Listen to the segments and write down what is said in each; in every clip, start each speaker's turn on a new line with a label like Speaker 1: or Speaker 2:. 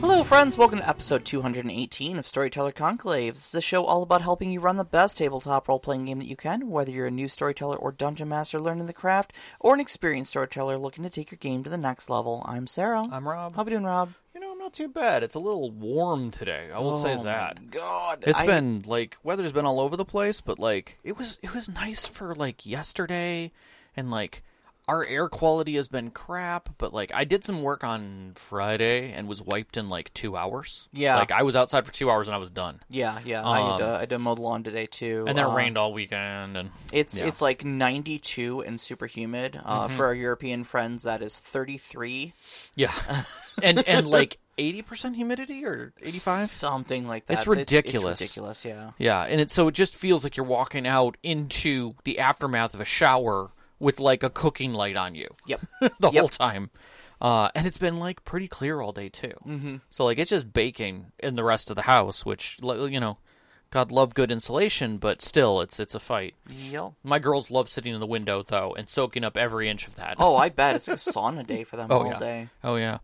Speaker 1: Hello, friends. Welcome to episode 218 of Storyteller Conclave. This is a show all about helping you run the best tabletop role playing game that you can, whether you're a new storyteller or dungeon master learning the craft, or an experienced storyteller looking to take your game to the next level. I'm Sarah.
Speaker 2: I'm Rob.
Speaker 1: How we doing, Rob?
Speaker 2: You know, I'm not too bad. It's a little warm today. I will say
Speaker 1: Oh my
Speaker 2: that.
Speaker 1: God,
Speaker 2: It's
Speaker 1: I-
Speaker 2: been like weather's been all over the place, but like it was it was nice for like yesterday and like our air quality has been crap, but like I did some work on Friday and was wiped in like 2 hours.
Speaker 1: Yeah.
Speaker 2: Like I was outside for 2 hours and I was done.
Speaker 1: Yeah, yeah. I had
Speaker 2: Um,
Speaker 1: uh, I did mow the lawn today too,
Speaker 2: And then
Speaker 1: Uh,
Speaker 2: it rained all weekend and
Speaker 1: It's
Speaker 2: Yeah. Mm-hmm.
Speaker 1: it's like 92 and super humid. Uh, For our European friends, that is 33,
Speaker 2: yeah. and and like 80% humidity or 85?
Speaker 1: something like that.
Speaker 2: It's
Speaker 1: So
Speaker 2: ridiculous.
Speaker 1: It's, ridiculous. Yeah.
Speaker 2: Yeah, and it so it just feels like you're walking out into the aftermath of a shower with like a cooking light on you
Speaker 1: Yep.
Speaker 2: the
Speaker 1: Yep.
Speaker 2: whole time. Uh, and it's been like pretty clear all day too. Mm-hmm. So like it's just baking in the rest of the house, which li- you know, God love good insulation, but still it's it's a fight.
Speaker 1: yep.
Speaker 2: My girls love sitting in the window though and soaking up every inch of that.
Speaker 1: Oh, I bet it's like a sauna day for them
Speaker 2: Oh,
Speaker 1: all
Speaker 2: yeah.
Speaker 1: day.
Speaker 2: oh yeah.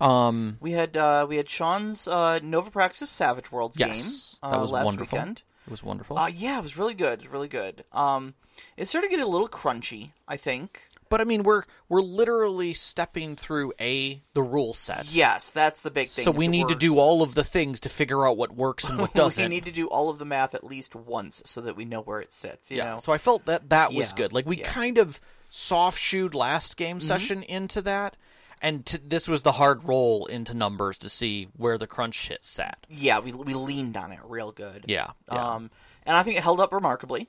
Speaker 2: Um,
Speaker 1: We had uh, we had Sean's uh, Nova Praxis Savage Worlds
Speaker 2: yes,
Speaker 1: game uh,
Speaker 2: that was
Speaker 1: last
Speaker 2: wonderful.
Speaker 1: weekend.
Speaker 2: It was wonderful.
Speaker 1: Uh, yeah, it was really good. It was really good. Um, it started getting a little crunchy. I think.
Speaker 2: but I mean, we're we're literally stepping through a the rule set.
Speaker 1: Yes, that's the big thing.
Speaker 2: So
Speaker 1: is
Speaker 2: we
Speaker 1: that
Speaker 2: need to
Speaker 1: we're-
Speaker 2: do all of the things to figure out what works and what doesn't.
Speaker 1: We need to do all of the math at least once so that we know where it sits. You
Speaker 2: yeah.
Speaker 1: know.
Speaker 2: So I felt that that was
Speaker 1: Yeah,
Speaker 2: good. Like we
Speaker 1: yeah. Mm-hmm.
Speaker 2: kind of soft shoed last game session into that, and t- this was the hard roll into numbers to see where the crunch hit sat.
Speaker 1: yeah, we we leaned on it real good.
Speaker 2: Yeah. yeah. Mm-hmm.
Speaker 1: Um, and I think it held up remarkably.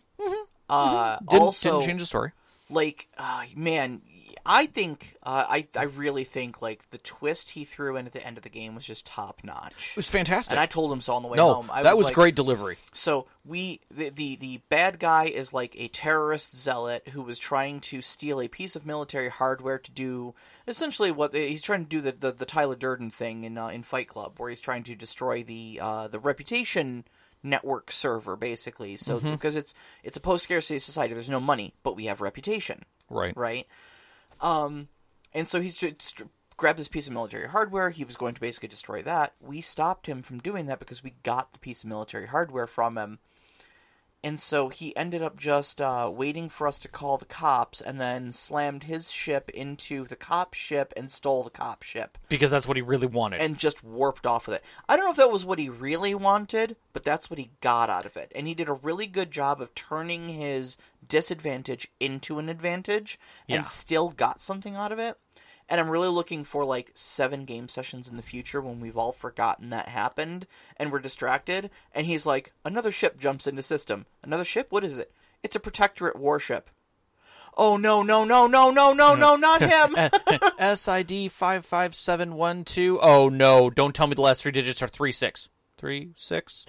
Speaker 1: Uh,
Speaker 2: didn't,
Speaker 1: also,
Speaker 2: didn't change the story.
Speaker 1: like, uh, man, I think uh, I I really think like the twist he threw in at the end of the game was just top notch.
Speaker 2: It was fantastic.
Speaker 1: And I told him so on the way
Speaker 2: no,
Speaker 1: home. I
Speaker 2: that was
Speaker 1: like-
Speaker 2: great delivery.
Speaker 1: So we the, the the bad guy is like a terrorist zealot who was trying to steal a piece of military hardware to do essentially what he's trying to do the the, the Tyler Durden thing in uh, in Fight Club where he's trying to destroy the uh, the reputation network server basically. So
Speaker 2: Mm-hmm.
Speaker 1: because it's it's a post scarcity society, there's no money, but we have reputation
Speaker 2: Right.
Speaker 1: right? Um, and so he's just grabbed this piece of military hardware. He was going to basically destroy that. We stopped him from doing that because we got the piece of military hardware from him. And so he ended up just uh, waiting for us to call the cops, and then slammed his ship into the cop ship and stole the cop ship,
Speaker 2: Because that's what he really wanted.
Speaker 1: and just warped off with it. I don't know if that was what he really wanted, but that's what he got out of it. And he did a really good job of turning his disadvantage into an advantage
Speaker 2: Yeah.
Speaker 1: and still got something out of it. And I'm really looking for like seven game sessions in the future when we've all forgotten that happened and we're distracted. And he's like, another ship jumps into system. Another ship? What is it? It's a protectorate warship. Oh no, no, no, no, no, no, no, not him!
Speaker 2: SID five five seven one two. Oh no! Don't tell me the last three digits are three six. Three six.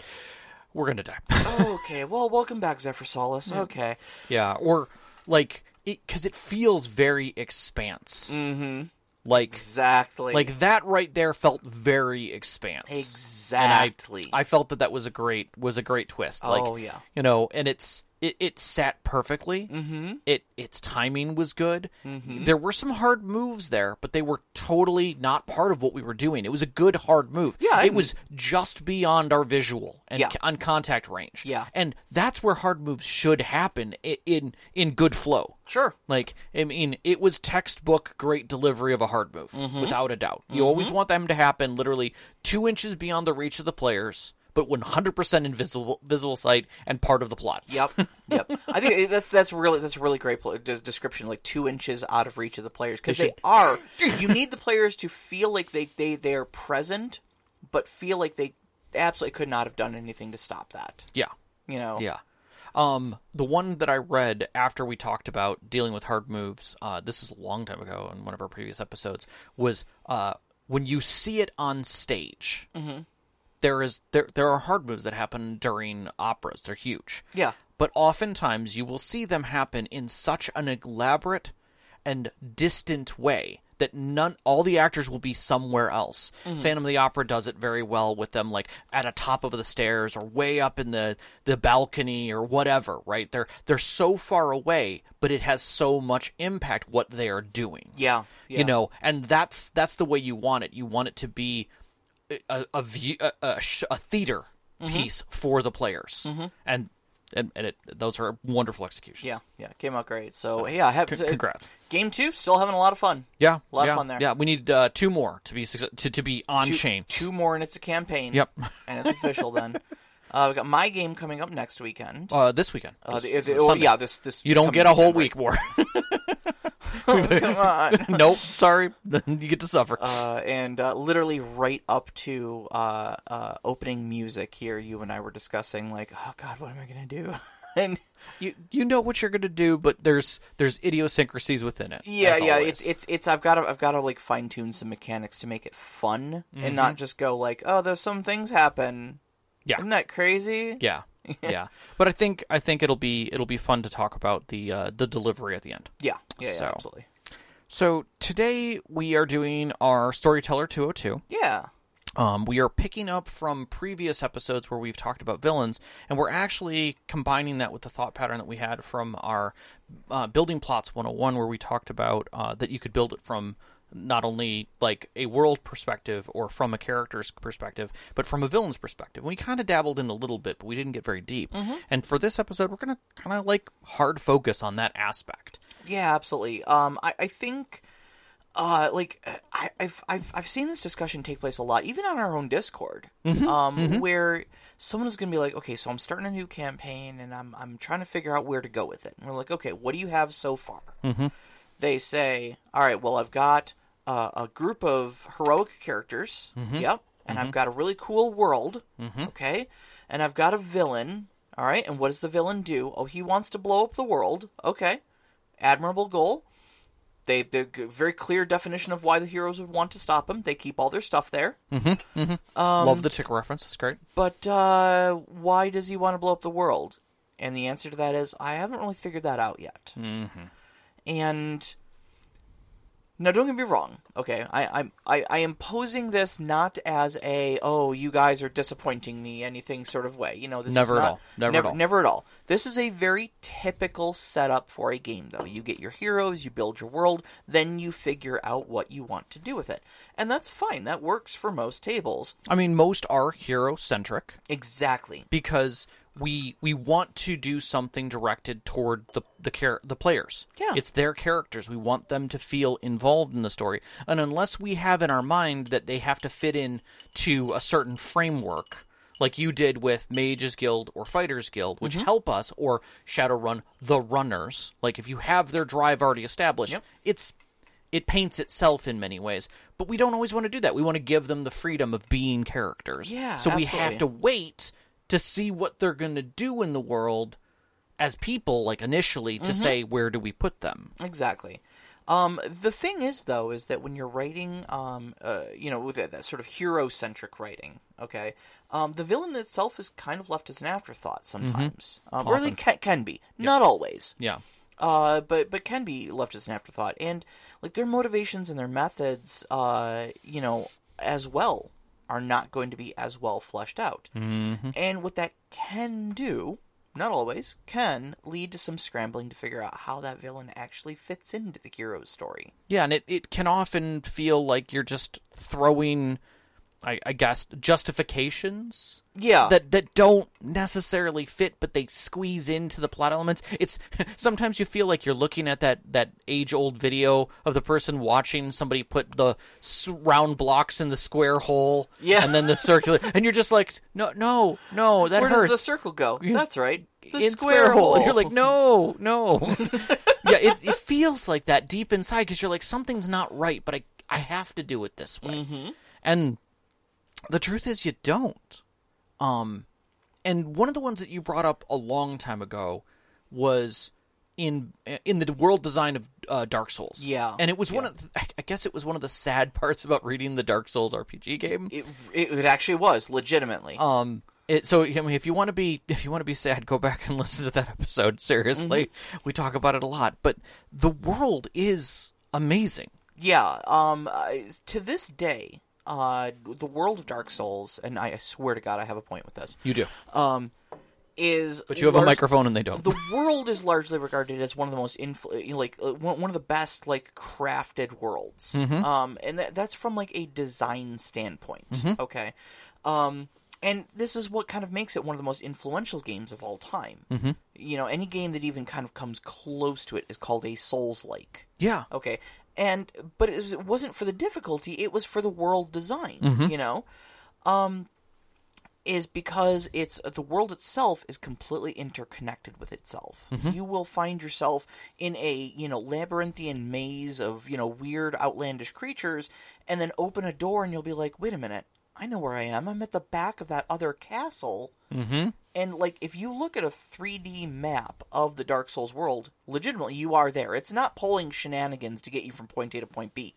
Speaker 2: We're gonna die.
Speaker 1: "Oh, okay, well, welcome back, Zephyr Solace. Okay.
Speaker 2: yeah, or like because it, feels very expanse. Mm-hmm. Like
Speaker 1: Exactly.
Speaker 2: like that right there felt very expanse.
Speaker 1: exactly.
Speaker 2: I felt that that was a great was a great twist.
Speaker 1: Oh,
Speaker 2: like,
Speaker 1: yeah.
Speaker 2: you know, and it's it, it sat perfectly. Mm-hmm. It its timing was good.
Speaker 1: Mm-hmm.
Speaker 2: There were some hard moves there, but they were totally not part of what we were doing. It was a good hard move.
Speaker 1: Yeah, I-
Speaker 2: it was just beyond our visual and
Speaker 1: Yeah.
Speaker 2: on contact range.
Speaker 1: Yeah.
Speaker 2: and that's where hard moves should happen i- in in good flow.
Speaker 1: sure.
Speaker 2: Like, I mean, it was textbook great delivery of a hard move,
Speaker 1: Mm-hmm.
Speaker 2: without a doubt. You always want them to happen literally two inches beyond the reach of the players, but 100% invisible, visible sight and part of the plot.
Speaker 1: Yep. Yep. I think it- that's that's really that's a really great pl- des- description. Like two inches out of reach of the players because they are. You need the players to feel like they they they are present, but feel like they absolutely could not have done anything to stop that.
Speaker 2: Yeah.
Speaker 1: You know.
Speaker 2: Yeah. Um, the one that I read after we talked about dealing with hard moves, uh, this was a long time ago in one of our previous episodes, was uh, when you see it on stage.
Speaker 1: Mm-hmm.
Speaker 2: There is there there are hard moves that happen during operas. They're huge.
Speaker 1: Yeah.
Speaker 2: But oftentimes you will see them happen in such an elaborate and distant way that none all the actors will be somewhere else. Phantom of the Opera does it very well with them like at a top of the stairs or way up in the the balcony or whatever, right? They're they're so far away, but it has so much impact what they are doing
Speaker 1: Yeah. yeah.
Speaker 2: you know and that's that's the way you want it you want it to be a a, view, a, a, sh- a theater
Speaker 1: Mm-hmm.
Speaker 2: piece for the players, and, and and it those are wonderful executions.
Speaker 1: Yeah, yeah, it came out great. So, yeah, I have, uh,
Speaker 2: C- congrats.
Speaker 1: game two. Still having a lot of fun.
Speaker 2: Yeah,
Speaker 1: A lot of
Speaker 2: yeah,
Speaker 1: fun there.
Speaker 2: Yeah, we need uh, two more to be success- to to be on
Speaker 1: Two-
Speaker 2: chain.
Speaker 1: Two more, and it's a campaign.
Speaker 2: Yep.
Speaker 1: and it's official then. Uh, we got my game coming up next weekend.
Speaker 2: Uh, this weekend.
Speaker 1: Uh,
Speaker 2: This-
Speaker 1: the- the-
Speaker 2: this
Speaker 1: oh,
Speaker 2: Sunday.
Speaker 1: yeah, this this
Speaker 2: You don't
Speaker 1: coming
Speaker 2: get a whole
Speaker 1: weekend,
Speaker 2: week more.
Speaker 1: right? Come on.
Speaker 2: nope. Sorry. you get to suffer.
Speaker 1: Uh, and uh, literally right up to uh, uh, opening music here, you and I were discussing like, oh God, what am I gonna do? and
Speaker 2: you you know what you're gonna do, but there's there's idiosyncrasies within it.
Speaker 1: yeah,
Speaker 2: as
Speaker 1: yeah,
Speaker 2: always.
Speaker 1: it's it's it's I've got to I've got to like fine tune some mechanics to make it fun and not just go like, oh, there's some things happen.
Speaker 2: Mm-hmm. Yeah.
Speaker 1: isn't that crazy?
Speaker 2: yeah, yeah. But I think I think it'll be it'll be fun to talk about the uh, the delivery at the end.
Speaker 1: yeah, yeah, yeah
Speaker 2: So.
Speaker 1: absolutely.
Speaker 2: So today we are doing our storyteller 202.
Speaker 1: Yeah,
Speaker 2: Um, we are picking up from previous episodes where we've talked about villains, and we're actually combining that with the thought pattern that we had from our uh, building plots 101, where we talked about uh, that you could build it from not only like a world perspective or from a character's perspective, but from a villain's perspective. We kind of dabbled in a little bit, but we didn't get very deep. And for this episode, we're gonna kind of like hard focus on that aspect.
Speaker 1: Yeah, absolutely. Um, I, I think, uh, like I, I've, I've I've seen this discussion take place a lot, even on our own Discord, um, where someone is going to be like, okay, so I'm starting a new campaign and I'm I'm trying to figure out where to go with it, and we're like, okay, what do you have so far? They say, all right, well, I've got uh, a group of heroic characters. Yep. And I've got a really cool world, okay? And I've got a villain, all right? And what does the villain do? Oh, he wants to blow up the world, okay? admirable goal. They they g- very clear definition of why the heroes would want to stop him. They keep all their stuff there.
Speaker 2: Love the tick reference; it's great.
Speaker 1: But uh, why does he want to blow up the world? And the answer to that is I haven't really figured that out yet. Mm-hmm. And now, don't get me wrong. Okay, I, I'm I, I am posing this not as a oh you guys are disappointing me anything sort of way. You know, this is
Speaker 2: Never at
Speaker 1: not-
Speaker 2: all. Never at
Speaker 1: never
Speaker 2: all.
Speaker 1: Never at all. This is a very typical setup for a game, though. You get your heroes, you build your world, then you figure out what you want to do with it, and that's fine. That works for most tables.
Speaker 2: I mean, most are hero centric.
Speaker 1: Exactly.
Speaker 2: because we we want to do something directed toward the the char- the players.
Speaker 1: Yeah.
Speaker 2: It's their characters. We want them to feel involved in the story. And unless we have in our mind that they have to fit in to a certain framework like you did with Mage's Guild or Fighters Guild, which help us or Shadowrun the runners, like if you have their drive already established, it's it paints itself in many ways, but we don't always want to do that. We want to give them the freedom of being characters.
Speaker 1: Yeah,
Speaker 2: So we have
Speaker 1: absolutely.
Speaker 2: to wait to see what they're going to do in the world as people, like initially,
Speaker 1: Mm-hmm.
Speaker 2: to say where do we put them.
Speaker 1: Exactly. Um, the thing is, though, is that when you're writing, um, uh, you know, with that, that sort of hero-centric writing, okay, um, the villain itself is kind of left as an afterthought sometimes, um, or at least can, can be, not always,
Speaker 2: Yeah.
Speaker 1: uh, but but can be left as an afterthought, and like their motivations and their methods, uh, you know, as well are not going to be as well fleshed out, mm-hmm. and what that can do, not always, can lead to some scrambling to figure out how that villain actually fits into the hero's story.
Speaker 2: Yeah, and it, it can often feel like you're just throwing, I, I guess, justifications
Speaker 1: Yeah,
Speaker 2: that that don't necessarily fit, but they squeeze into the plot elements. It's sometimes you feel like you're looking at that that age old video of the person watching somebody put the s- round blocks in the square hole,
Speaker 1: Yeah.
Speaker 2: and then the circular, and you're just like, no, no, no, that
Speaker 1: where does
Speaker 2: hurts.
Speaker 1: the circle go? That's right, the
Speaker 2: in square, hole. And you're like, no, no. yeah, it, it feels like that deep inside because you're like, something's not right, but I I have to do it this way.
Speaker 1: Mm-hmm.
Speaker 2: And the truth is, you don't. Um, and one of the ones that you brought up a long time ago was in in the world design of uh, Dark Souls.
Speaker 1: Yeah.
Speaker 2: and it was one of the, I- I guess it was one of the sad parts about reading the Dark Souls RPG game.
Speaker 1: it, it, it actually was legitimately.
Speaker 2: Um, it, so I mean, if you want to be if you want to be sad, go back and listen to that episode. Seriously,
Speaker 1: Mm-hmm.
Speaker 2: we talk about it a lot, but the world is amazing.
Speaker 1: Yeah. Um. I- To this day, uh, the world of Dark Souls, and I swear to God, I have a point with this.
Speaker 2: You do.
Speaker 1: Um, is
Speaker 2: But you have a
Speaker 1: large-
Speaker 2: microphone and they don't.
Speaker 1: the world is largely regarded as one of the most influ- you know, like uh, one one of the best like crafted worlds
Speaker 2: Mm-hmm.
Speaker 1: um and that, that's from like a design standpoint
Speaker 2: Mm-hmm.
Speaker 1: okay um and this is what kind of makes it one of the most influential games of all time mm-hmm. you know any game that even kind of comes close to it is called a souls like
Speaker 2: yeah.
Speaker 1: Okay. And but it, was, it wasn't for the difficulty; it was for the world design. You know, um, is because it's the world itself is completely interconnected with itself. You will find yourself in a you know labyrinthian maze of you know weird outlandish creatures, and then open a door and you'll be like, wait a minute, I know where I am. I'm at the back of that other castle.
Speaker 2: Mm-hmm.
Speaker 1: And like, if you look at a 3D map of the Dark Souls world, legitimately, you are there. It's not pulling shenanigans to get you from point A to point B.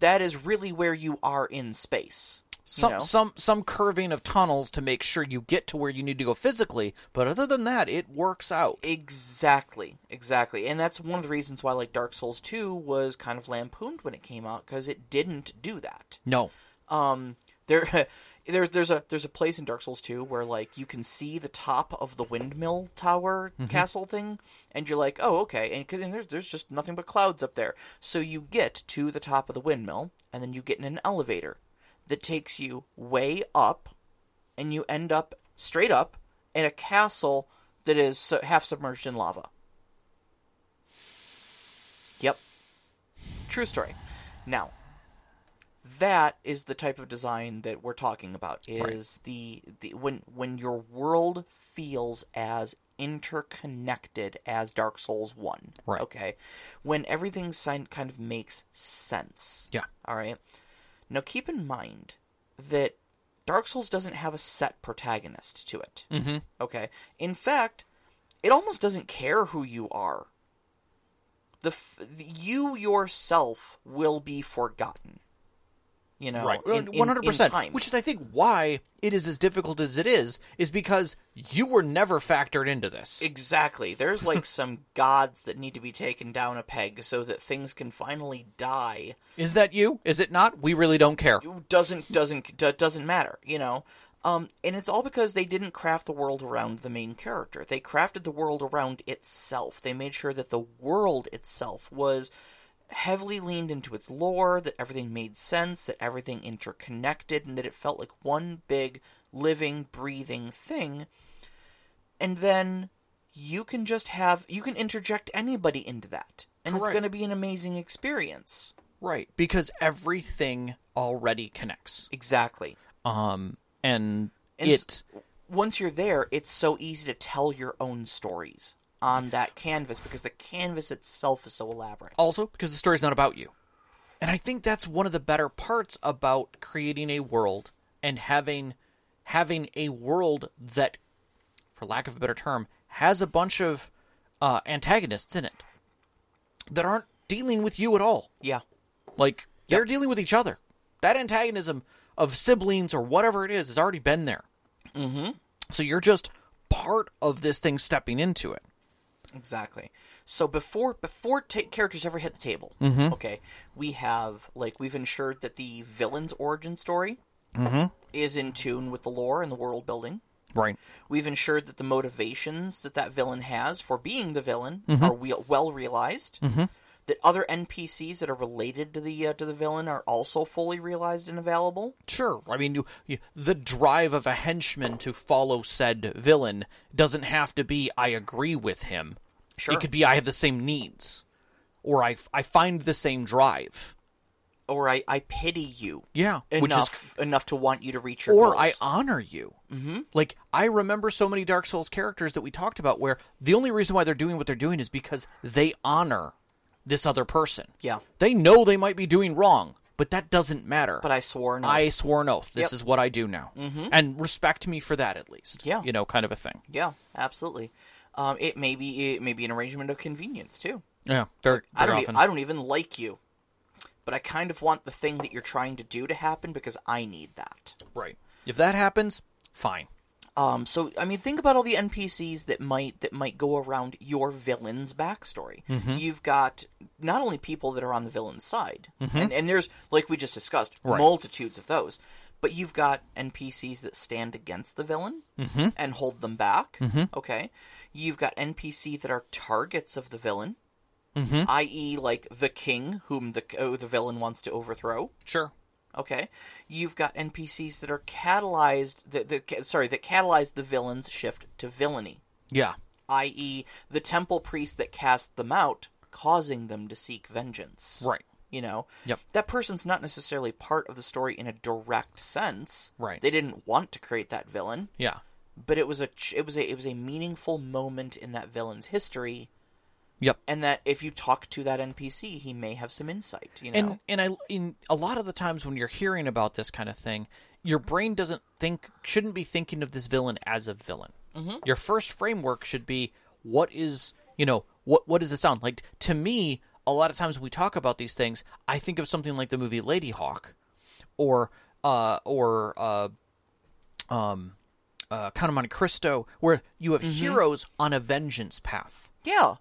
Speaker 1: That is really where you are in space.
Speaker 2: Some
Speaker 1: know?
Speaker 2: some some curving of tunnels to make sure you get to where you need to go physically, but other than that, it works out.
Speaker 1: Exactly, exactly, and that's one of the reasons why like Dark Souls 2 was kind of lampooned when it came out because it didn't do that.
Speaker 2: No.
Speaker 1: um there there's there's a there's a place in Dark Souls 2 where like you can see the top of the windmill tower castle thing and you're like oh okay and, 'cause- and there's there's just nothing but clouds up there so you get to the top of the windmill and then you get in an elevator that takes you way up and you end up straight up in a castle that is su- half submerged in lava yep true story now that is the type of design that we're talking about is the, the when when your world feels as interconnected as dark souls 1
Speaker 2: Right.
Speaker 1: okay when everything sign- kind of makes sense
Speaker 2: Yeah.
Speaker 1: all right now keep in mind that dark souls doesn't have a set protagonist to it
Speaker 2: Mm-hmm.
Speaker 1: Okay. In fact, it almost doesn't care who you are. The f- you yourself will be forgotten. You know,
Speaker 2: right.
Speaker 1: in- in- in
Speaker 2: One hundred percent.
Speaker 1: time.
Speaker 2: Which is, I think, why it is as difficult as it is, is because you were never factored into this.
Speaker 1: exactly. There's like some gods that need to be taken down a peg so that things can finally die.
Speaker 2: Is that you? Is it not? We really don't care.
Speaker 1: doesn't doesn't do- doesn't matter, you know. Um, and it's all because they didn't craft the world around the main character. They crafted the world around itself. They made sure that the world itself was heavily leaned into its lore, that everything made sense, that everything interconnected, and that it felt like one big living, breathing thing. And then you can just have you can interject anybody into that, and it's
Speaker 2: Correct.
Speaker 1: going to be an amazing experience.
Speaker 2: Right. Because everything already connects.
Speaker 1: Exactly.
Speaker 2: Um, and,
Speaker 1: And s-
Speaker 2: it
Speaker 1: once you're there, it's so easy to tell your own stories on that canvas because the canvas itself is so elaborate.
Speaker 2: also because the story's not about you. And I think that's one of the better parts about creating a world and having having a world that, for lack of a better term, has a bunch of uh, antagonists in it that aren't dealing with you at all.
Speaker 1: Yeah.
Speaker 2: Like they're dealing with each other. That antagonism of siblings or whatever it is has already been there. Mm-hmm. So you're just part of this thing stepping into it.
Speaker 1: Exactly. So before before ta characters ever hit the table, okay, we have like we've ensured that the villain's origin story is in tune with the lore and the world building.
Speaker 2: Right.
Speaker 1: We've ensured that the motivations that that villain has for being the villain are we- well realized. That other NPCs that are related to the uh, to the villain are also fully realized and available.
Speaker 2: Sure. I mean, you, you, the drive of a henchman to follow said villain doesn't have to be I agree with him.
Speaker 1: Sure.
Speaker 2: It could be I have the same needs or I, I find the same drive.
Speaker 1: or I, I pity you.
Speaker 2: Yeah. Which is
Speaker 1: Enough enough to want you to reach your
Speaker 2: or
Speaker 1: goals.
Speaker 2: I honor you. Mm-hmm. Like I remember so many Dark Souls characters that we talked about, where the only reason why they're doing what they're doing is because they honor this other person.
Speaker 1: Yeah.
Speaker 2: they know they might be doing wrong, but that doesn't matter.
Speaker 1: but I swore no.
Speaker 2: I swore an oath. This is what I do now, mm-hmm. and respect me for that at least.
Speaker 1: Yeah.
Speaker 2: you know, kind of a thing.
Speaker 1: yeah, absolutely. Um, it may be it may be an arrangement of convenience too.
Speaker 2: Yeah, very,
Speaker 1: I
Speaker 2: very
Speaker 1: don't e-
Speaker 2: often.
Speaker 1: I don't even like you, but I kind of want the thing that you're trying to do to happen because I need that.
Speaker 2: Right. If that happens, fine.
Speaker 1: Um, so I mean, think about all the NPCs that might that might go around your villain's backstory.
Speaker 2: Mm-hmm.
Speaker 1: You've got not
Speaker 2: Mm-hmm.
Speaker 1: only people that are on the villain's side, and, and there's like we just discussed multitudes of those, but you've got NPCs that stand against the villain
Speaker 2: Mm-hmm.
Speaker 1: and hold them back.
Speaker 2: Mhm.
Speaker 1: Okay. You've got NPC that are targets of the villain,
Speaker 2: Mm-hmm.
Speaker 1: i.e., like the king whom the oh, the villain wants to overthrow.
Speaker 2: Sure.
Speaker 1: Okay. You've got NPCs that are catalyzed that, that ca- sorry that catalyze the villain's shift to villainy,
Speaker 2: Yeah.
Speaker 1: i.e., the temple priest that cast them out, causing them to seek vengeance.
Speaker 2: Right.
Speaker 1: You know.
Speaker 2: Yep.
Speaker 1: That person's not necessarily part of the story in a direct sense.
Speaker 2: Right.
Speaker 1: They didn't want to create that villain
Speaker 2: Yeah.
Speaker 1: but it was a ch- it was a it was a meaningful moment in that villain's history
Speaker 2: Yep.
Speaker 1: and that if you talk to that npc he may have some insight you know
Speaker 2: And and I in a lot of the times when you're hearing about this kind of thing, your brain doesn't think shouldn't be thinking of this villain as a villain. Mm-hmm. Your first framework should be what is you know what what does it sound like to me? A lot of times when we talk about these things, I think of something like the movie Lady Hawk, or uh or uh um uh Count of Monte Cristo, where you
Speaker 1: Mm-hmm.
Speaker 2: have heroes on a vengeance path
Speaker 1: yeah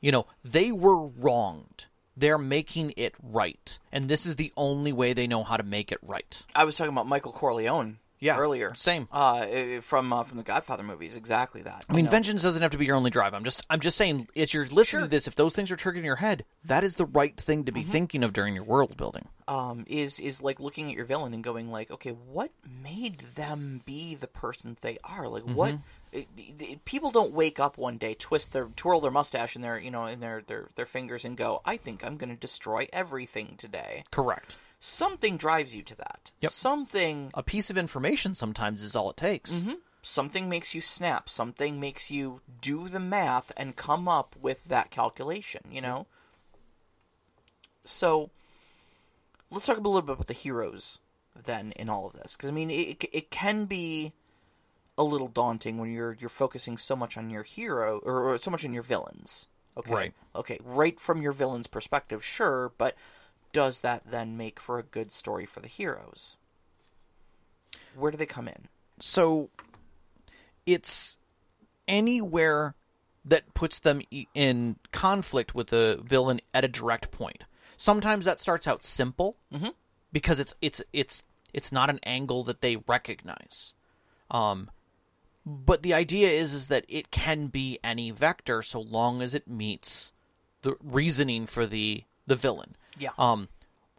Speaker 2: you know they were wronged they're making it right and this is the only way they know how to make it right
Speaker 1: i was talking about michael corleone
Speaker 2: Yeah,
Speaker 1: earlier
Speaker 2: same.
Speaker 1: uh eh, from uh, from the godfather movies exactly that
Speaker 2: i mean vengeance doesn't have to be your only drive i'm just i'm just saying as you're listening to this if those things are triggering your head that is the right thing to be thinking of during your world building
Speaker 1: um is is like looking at your villain and going like okay what made them be the person they are
Speaker 2: Mm-hmm.
Speaker 1: like what it, it- people don't wake up one day twist their twirl their mustache and their you know and their their, their fingers and go i think i'm going to destroy everything today
Speaker 2: correct
Speaker 1: something drives you to that. Something
Speaker 2: a piece of information sometimes is all it takes
Speaker 1: something makes you snap, something makes you do the math and come up with that calculation, you know? So let's talk a little bit about the heroes then in all of this because I mean it it can be a little daunting when you're you're focusing so much on your hero or, or so much on your villains. Okay.
Speaker 2: Right.
Speaker 1: Okay, right from your villain's perspective, sure, but does that then make for a good story for the heroes? Where do they come in?
Speaker 2: so it's anywhere that puts them e- in conflict with the villain at a direct point. Sometimes that starts out simple because it's it's it's it's not an angle that they recognize. Um, but the idea is is that it can be any vector so long as it meets the reasoning for the the villain.
Speaker 1: Yeah.
Speaker 2: Um,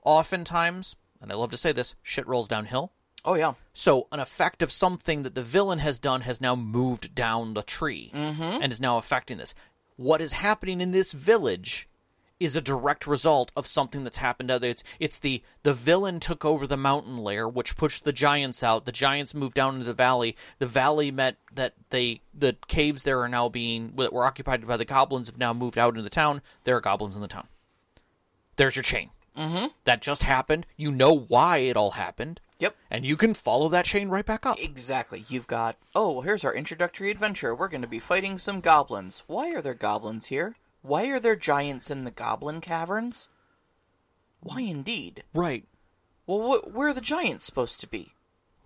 Speaker 2: oftentimes, and I love to say this, shit rolls downhill.
Speaker 1: Oh yeah.
Speaker 2: So an effect of something that the villain has done has now moved down the tree and is now affecting this. What is happening in this village is a direct result of something that's happened. Other, it's it's the the villain took over the mountain lair, which pushed the giants out. The giants moved down into the valley. The valley meant that they the caves there are now being that were occupied by the goblins have now moved out into the town. There are goblins in the town. There's your chain. Mm-hmm. That just happened. You know why it all happened
Speaker 1: Yep.
Speaker 2: and you can follow that chain right back up.
Speaker 1: Exactly. You've got oh well here's our introductory adventure. We're gonna be fighting some goblins. Why are there goblins here? Why are there giants in the goblin caverns? Why indeed?
Speaker 2: Right.
Speaker 1: Well, wh- where are the giants supposed to be?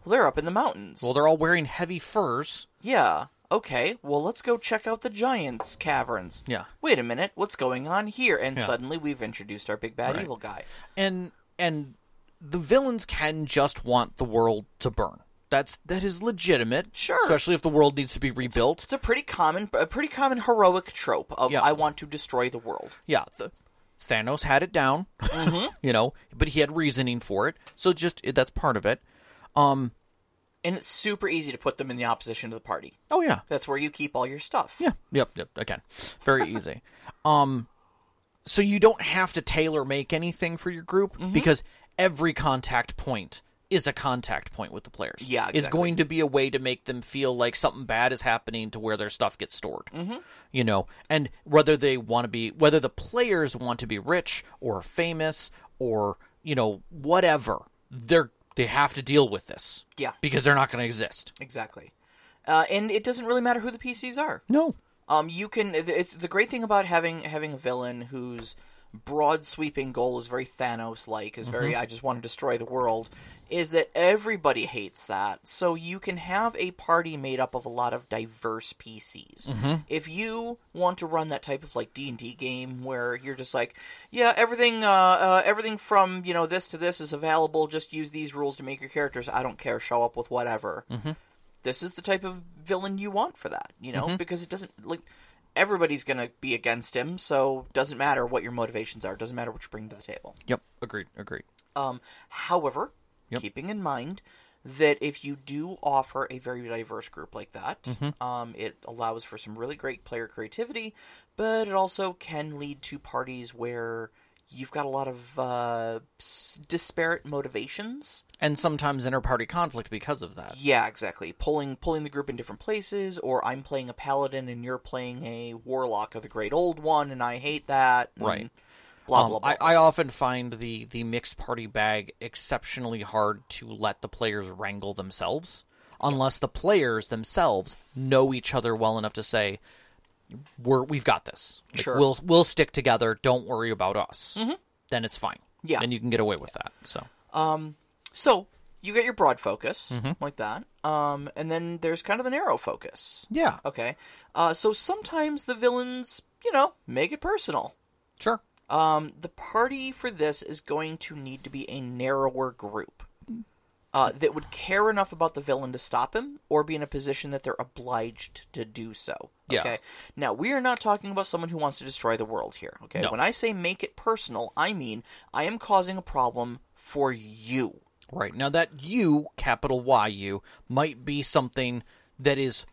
Speaker 1: Well, they're up in the mountains.
Speaker 2: Well, they're all wearing heavy furs.
Speaker 1: yeah. Okay. Well, let's go check out the giants' caverns.
Speaker 2: Yeah.
Speaker 1: Wait a minute. What's going on here? And
Speaker 2: Yeah.
Speaker 1: suddenly we've introduced our big bad
Speaker 2: Right.
Speaker 1: evil guy.
Speaker 2: And and the villains can just want the world to burn. That's that is legitimate.
Speaker 1: Sure.
Speaker 2: Especially if the world needs to be rebuilt.
Speaker 1: It's a pretty common, a pretty common heroic trope of
Speaker 2: Yeah.
Speaker 1: I want to destroy the world.
Speaker 2: Yeah. The, Thanos had it down, you know, but he had reasoning for it. So just that's part of it. Um
Speaker 1: and it's super easy to put them in the opposition to the party.
Speaker 2: oh yeah.
Speaker 1: That's where you keep all your stuff.
Speaker 2: Yeah. Yep. Yep. Again, very easy. Um, so you don't have to tailor make anything for your group
Speaker 1: Mm-hmm.
Speaker 2: because every contact point is a contact point with the players.
Speaker 1: Yeah,
Speaker 2: Is
Speaker 1: exactly.
Speaker 2: going to be a way to make them feel like something bad is happening to where their stuff gets stored. Mm-hmm. You know, and whether they want to be, whether the players want to be rich or famous or you know whatever, they're they have to deal with this.
Speaker 1: Yeah.
Speaker 2: Because they're not going to exist.
Speaker 1: Exactly. Uh, and it doesn't really matter who the PCs are.
Speaker 2: No.
Speaker 1: Um, you can. It's the great thing about having having a villain who's broad sweeping goal is very Thanos like, is very I just want to destroy the world, is that everybody hates that. So you can have a party made up of a lot of diverse PCs. If you want to run that type of like D and D game where you're just like, yeah, everything, uh, uh, everything from you know this to this is available. Just use these rules to make your characters. I don't care. Show up with whatever this is the type of villain you want for that, you know, because it doesn't like everybody's going to be against him, so doesn't matter what your motivations are, doesn't matter what you bring to the table.
Speaker 2: Yep. Agreed. Agreed.
Speaker 1: Um, however,
Speaker 2: Yep.
Speaker 1: keeping in mind that if you do offer a very diverse group like that, um, it allows for some really great player creativity, but it also can lead to parties where you've got a lot of uh, s- disparate motivations.
Speaker 2: And sometimes inter-party conflict because of that.
Speaker 1: Yeah, exactly. Pulling pulling the group in different places, or I'm playing a paladin and you're playing a warlock of the Great Old One, and I hate that. and
Speaker 2: Right.
Speaker 1: Blah
Speaker 2: Um,
Speaker 1: blah blah.
Speaker 2: I, I often find the the mixed party bag exceptionally hard to let the players wrangle themselves, unless the players themselves know each other well enough to say, "We're we've got this. Like,
Speaker 1: Sure. Mm-hmm.
Speaker 2: We'll we'll stick together. Don't worry about us." Then it's fine.
Speaker 1: Yeah.
Speaker 2: Then you can get away with that. So
Speaker 1: so you get your broad focus
Speaker 2: Mm-hmm.
Speaker 1: like that, um, and then there's kind of the narrow focus.
Speaker 2: yeah,
Speaker 1: Okay. Uh, so sometimes the villains, you know, make it personal.
Speaker 2: sure.
Speaker 1: Um, the party for this is going to need to be a narrower group uh,
Speaker 2: Mm.
Speaker 1: that would care enough about the villain to stop him or be in a position that they're obliged to do so.
Speaker 2: Yeah.
Speaker 1: Okay. Now, we are not talking about someone who wants to destroy the world here. Okay.
Speaker 2: No.
Speaker 1: When I say make it personal, I mean I am causing a problem for you.
Speaker 2: Right. Now that you, capital Y U, might be something that is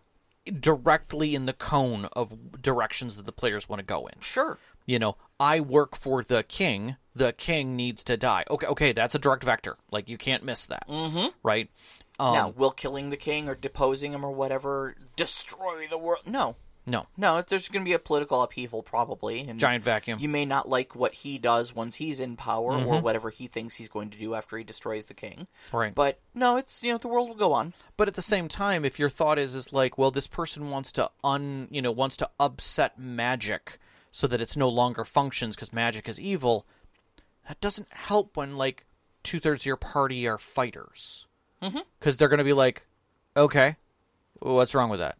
Speaker 2: directly in the cone of directions that the players want to go in.
Speaker 1: Sure.
Speaker 2: You know, I work for the king. The king needs to die. Okay, okay, that's a direct vector. Like you can't miss that. Mm-hmm. Right? Um,
Speaker 1: now, will killing the king or deposing him or whatever destroy the world? No.
Speaker 2: no.
Speaker 1: No, it's- there's going to be a political upheaval probably. And
Speaker 2: Giant vacuum.
Speaker 1: you may not like what he does once he's in power or whatever he thinks he's going to do after he destroys the king.
Speaker 2: Mm-hmm. right.
Speaker 1: But no, it's you know the world will go on.
Speaker 2: but at the same time if your thought is is like well this person wants to un you know wants to upset magic so that it's no longer functions because magic is evil that doesn't help when like two-thirds of your party are fighters because mm-hmm. they're going to be like okay what's wrong with that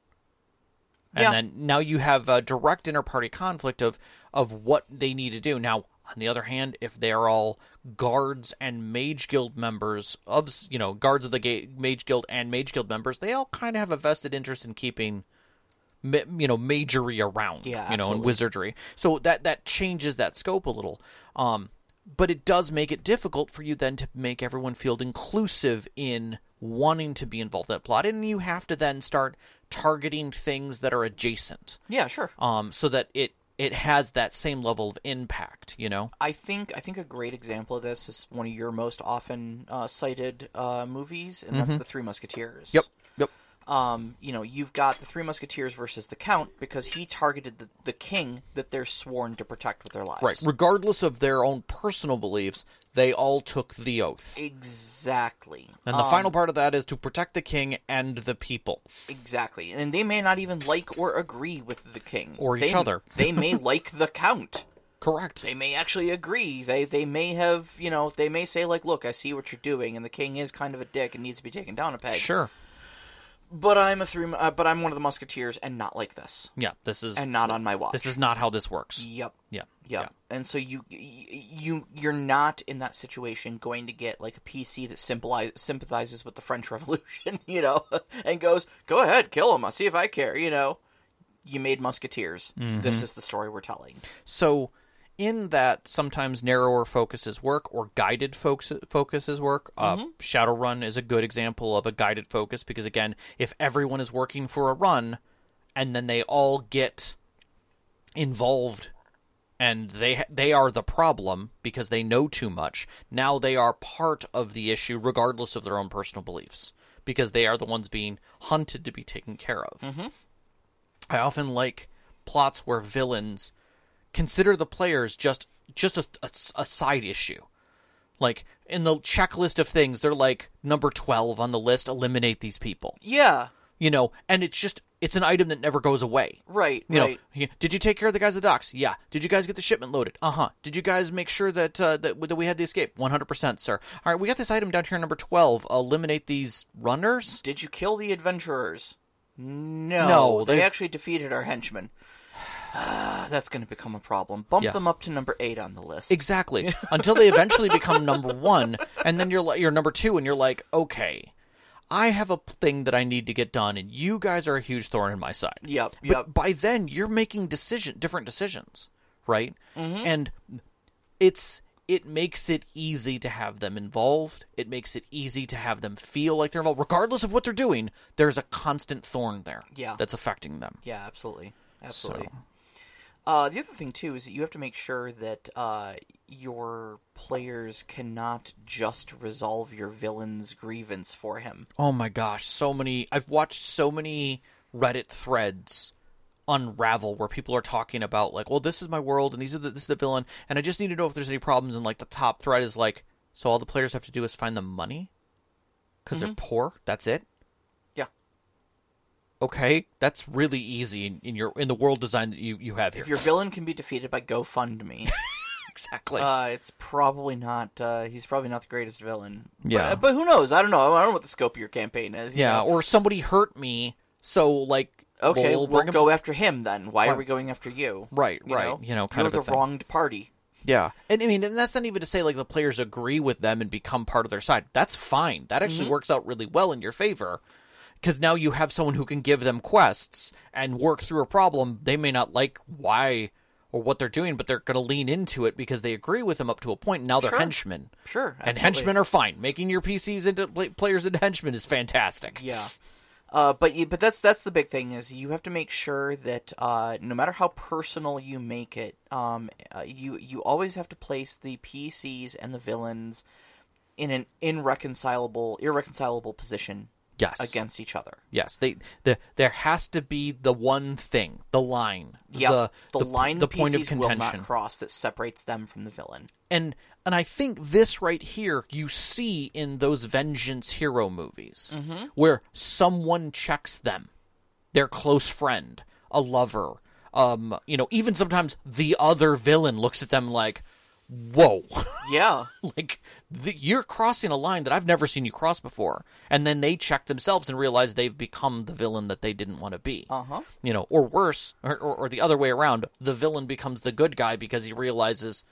Speaker 2: and
Speaker 1: Yeah.
Speaker 2: then now you have a direct inter-party conflict of of what they need to do now on the other hand if they're all guards and mage guild members of s- you know guards of the ga- mage guild and mage guild members they all kind of have a vested interest in keeping ma- you know magery around
Speaker 1: Yeah,
Speaker 2: you know and
Speaker 1: absolutely.
Speaker 2: wizardry so that that changes that scope a little um but it does make it difficult for you then to make everyone feel inclusive in wanting to be involved in that plot and you have to then start targeting things that are adjacent
Speaker 1: Yeah, sure.
Speaker 2: um so that it it has that same level of impact you know
Speaker 1: I think I think a great example of this is one of your most often uh, cited uh, movies, and that's the Three Musketeers.
Speaker 2: Mm-hmm. yep
Speaker 1: Um, you know, you've got the Three Musketeers versus the Count because he targeted the, the king that they're sworn to protect with their lives.
Speaker 2: right regardless of their own personal beliefs they all took the oath
Speaker 1: Exactly.
Speaker 2: and the final part of that is to protect the king and the people
Speaker 1: Exactly, and they may not even like or agree with the king
Speaker 2: Or each
Speaker 1: They-
Speaker 2: other.
Speaker 1: they may like the count.
Speaker 2: correct
Speaker 1: They may actually agree. They they may have you know they may say like, look, I see what you're doing, and the king is kind of a dick and needs to be taken down a peg.
Speaker 2: sure
Speaker 1: But I'm a three. Uh, but I'm one of the musketeers and not like this
Speaker 2: yeah this is
Speaker 1: and not on my watch.
Speaker 2: this is not how this works
Speaker 1: Yep.
Speaker 2: yeah
Speaker 1: Yep. And so you y- you you're not in that situation going to get like a PC that symbolize, sympathizes with the French Revolution, you know, and goes, "Go ahead, kill him. I'll see if I care." You know, you made musketeers.
Speaker 2: Mm-hmm.
Speaker 1: This is the story we're telling.
Speaker 2: So, in that, sometimes narrower focuses work or guided focus, focuses work. Uh, Shadowrun is a good example of a guided focus because, again, if everyone is working for a run and then they all get involved and they they are the problem because they know too much. Now they are part of the issue regardless of their own personal beliefs because they are the ones being hunted to be taken care of. I often like plots where villains consider the players just just a, a s- a side issue. Like in the checklist of things, they're like number twelve on the list. Eliminate these people.
Speaker 1: Yeah.
Speaker 2: you know, and it's just it's an item that never goes away.
Speaker 1: Right.
Speaker 2: You
Speaker 1: right.
Speaker 2: know, did you take care of the guys at the docks? Yeah. Did you guys get the shipment loaded? Uh huh. Did you guys make sure that uh, that, that we had the escape? One hundred percent, sir. All right, we got this item down here, number twelve. Eliminate these runners.
Speaker 1: Did you kill the adventurers? No.
Speaker 2: No,
Speaker 1: they
Speaker 2: they've-
Speaker 1: actually defeated our henchmen. Ah, That's going to become a problem. Bump
Speaker 2: Yeah.
Speaker 1: them up to number eight on the list.
Speaker 2: Exactly. Until they eventually become number one, and then you're li- you're number two, and you're like, okay, I have a p- thing that I need to get done, and you guys are a huge thorn in my side.
Speaker 1: Yep.
Speaker 2: But
Speaker 1: Yep.
Speaker 2: by then, you're making decision different decisions, right?
Speaker 1: Mm-hmm.
Speaker 2: And it's it makes it easy to have them involved. It makes it easy to have them feel like they're involved, regardless of what they're doing. There's a constant thorn there,
Speaker 1: Yeah.
Speaker 2: that's affecting them.
Speaker 1: Yeah, absolutely, absolutely. Uh, the other thing too is that you have to make sure that uh, your players cannot just resolve your villain's grievance for him.
Speaker 2: Oh my gosh, so many. I've watched so many Reddit threads unravel where people are talking about like, well, this is my world and these are the, this is the villain, and I just need to know if there's any problems. And like the top thread is like, so all the players have to do is find the money because they're poor. That's it.
Speaker 1: Mm-hmm. Yeah.
Speaker 2: Okay, that's really easy in, in your in the world design that you you have here.
Speaker 1: If your villain can be defeated by GoFundMe,
Speaker 2: exactly.
Speaker 1: uh, it's probably not. Uh, he's probably not the greatest villain. But-
Speaker 2: Yeah.
Speaker 1: but, who knows? I don't know. I don't know what the scope of your campaign is. you
Speaker 2: yeah,
Speaker 1: know?
Speaker 2: or somebody hurt me, so like,
Speaker 1: Okay,
Speaker 2: we'll
Speaker 1: we'll,
Speaker 2: bring 'em-
Speaker 1: go after him then. Why are we going after you?
Speaker 2: Right,
Speaker 1: You
Speaker 2: right.
Speaker 1: know,
Speaker 2: You know, kind
Speaker 1: You're
Speaker 2: of a
Speaker 1: the
Speaker 2: thing.
Speaker 1: wronged party.
Speaker 2: Yeah, and I mean, and that's not even to say like the players agree with them and become part of their side. That's fine. That actually
Speaker 1: Mm-hmm.
Speaker 2: works out really well in your favor because now you have someone who can give them quests and work through a problem. They may not like why or what they're doing, but they're going to lean into it because they agree with them up to a point. Now they're
Speaker 1: Sure.
Speaker 2: henchmen,
Speaker 1: Sure,
Speaker 2: and
Speaker 1: absolutely.
Speaker 2: henchmen are fine. Making your PCs into pla players into henchmen is fantastic.
Speaker 1: Yeah. Uh, but you- but that's that's the big thing is you have to make sure that uh, no matter how personal you make it, um, uh, you you always have to place the PCs and the villains in an irreconcilable irreconcilable position
Speaker 2: Yes,
Speaker 1: against each other.
Speaker 2: Yes, they the there has to be the one thing, the line,
Speaker 1: Yeah,
Speaker 2: the,
Speaker 1: the, line
Speaker 2: the
Speaker 1: the PCs
Speaker 2: point of
Speaker 1: will
Speaker 2: contention.
Speaker 1: not cross that separates them from the villain.
Speaker 2: and and I think this right here you see in those vengeance hero movies where someone checks them, their close friend, a lover, um, you know, even sometimes the other villain looks at them like, "Whoa,
Speaker 1: Yeah,
Speaker 2: like the, you're crossing a line that I've never seen you cross before," and then they check themselves and realize they've become the villain that they didn't want to be
Speaker 1: uh huh.
Speaker 2: you know, or worse, or, or, or the other way around, the villain becomes the good guy because he realizes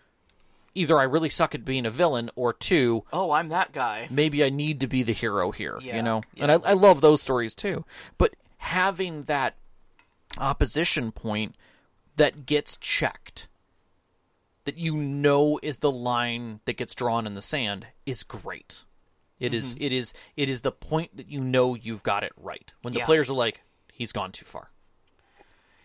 Speaker 2: either I really suck at being a villain, or two,
Speaker 1: Oh, I'm that guy.
Speaker 2: maybe I need to be the hero here,
Speaker 1: Yeah,
Speaker 2: you know?
Speaker 1: yeah.
Speaker 2: And I, I love those stories too. But having that opposition point that gets checked, that you know is the line that gets drawn in the sand, is great. It is.
Speaker 1: Mm-hmm.
Speaker 2: it is it is the point that you know you've got it right. When the
Speaker 1: Yeah.
Speaker 2: players are like, he's gone too far.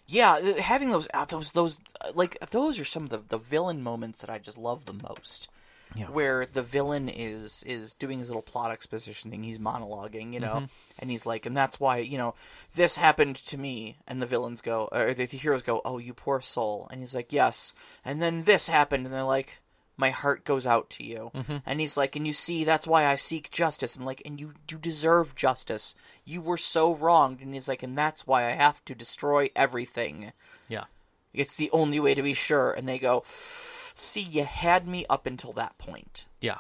Speaker 1: Yeah, uh, having those uh, those those uh, like those are some of the, the villain moments that I just love the most.
Speaker 2: Yeah.
Speaker 1: Where the villain is is doing his little plot exposition thing, he's monologuing, you know, and he's like, and that's why you know this happened to me, and the villains go or the, the heroes go, oh you poor soul, and he's like yes, and then this happened, and they're like. My heart goes out to you, and he's like, and you see, that's why I seek justice, and like, and you you deserve justice. You were so wronged, and he's like, and that's why I have to destroy everything.
Speaker 2: Yeah.
Speaker 1: It's the only way to be sure. And they go, See, you had me up until that point.
Speaker 2: Yeah.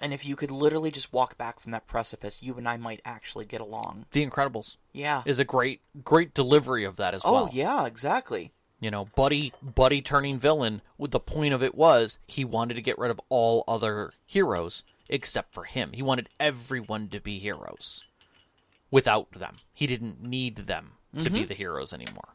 Speaker 1: And if you could literally just walk back from that precipice, you and I might actually get along.
Speaker 2: The Incredibles
Speaker 1: Yeah.
Speaker 2: is a great great delivery of that as
Speaker 1: oh,
Speaker 2: well.
Speaker 1: yeah, exactly.
Speaker 2: You know, Buddy Buddy turning villain, with the point of it was he wanted to get rid of all other heroes except for him. He wanted everyone to be heroes without them. He didn't need them to
Speaker 1: Mm-hmm.
Speaker 2: be the heroes anymore.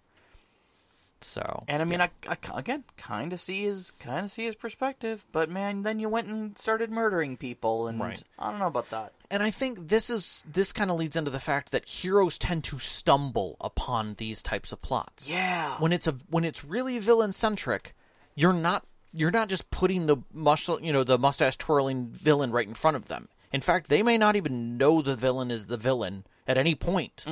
Speaker 2: So,
Speaker 1: And I mean, I, I again kind of see his kind of see his perspective, but man, then you went and started murdering people, and
Speaker 2: Right.
Speaker 1: I don't know about that.
Speaker 2: and I think this is this kind of leads into the fact that heroes tend to stumble upon these types of plots.
Speaker 1: Yeah.
Speaker 2: when it's a when it's really villain centric, you're not you're not just putting the muscle you know the mustache twirling villain right in front of them. In fact, they may not even know the villain is the villain at any point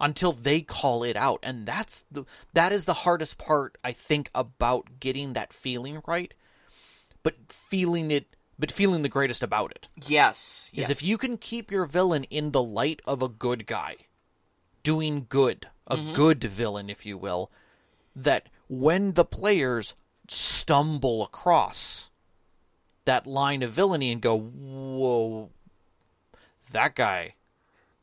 Speaker 2: until they call it out, and that's the that is the hardest part I think about getting that feeling right, but feeling it, but feeling the greatest about it
Speaker 1: yes.
Speaker 2: is
Speaker 1: Yes.
Speaker 2: if you can keep your villain in the light of a good guy doing good, a
Speaker 1: Mm-hmm.
Speaker 2: good villain, if you will, that when the players stumble across that line of villainy and go, whoa, that guy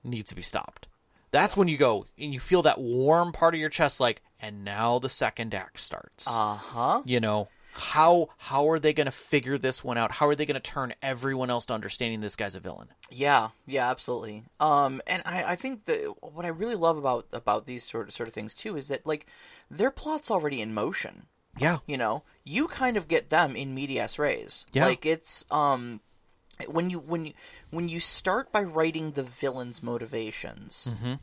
Speaker 2: needs to be stopped. That's when you go and you feel that warm part of your chest, like, and now the second act starts
Speaker 1: Uh huh.
Speaker 2: you know how how are they going to figure this one out how are they going to turn everyone else to understanding this guy's a villain
Speaker 1: Yeah, yeah, absolutely. Um, and I, I think that what I really love about about these sort of sort of things too is that like their plot's already in motion.
Speaker 2: yeah
Speaker 1: you know you kind of get them in medias res
Speaker 2: Yeah.
Speaker 1: like it's um when you when you when you start by writing the villain's motivations
Speaker 2: Mm-hmm.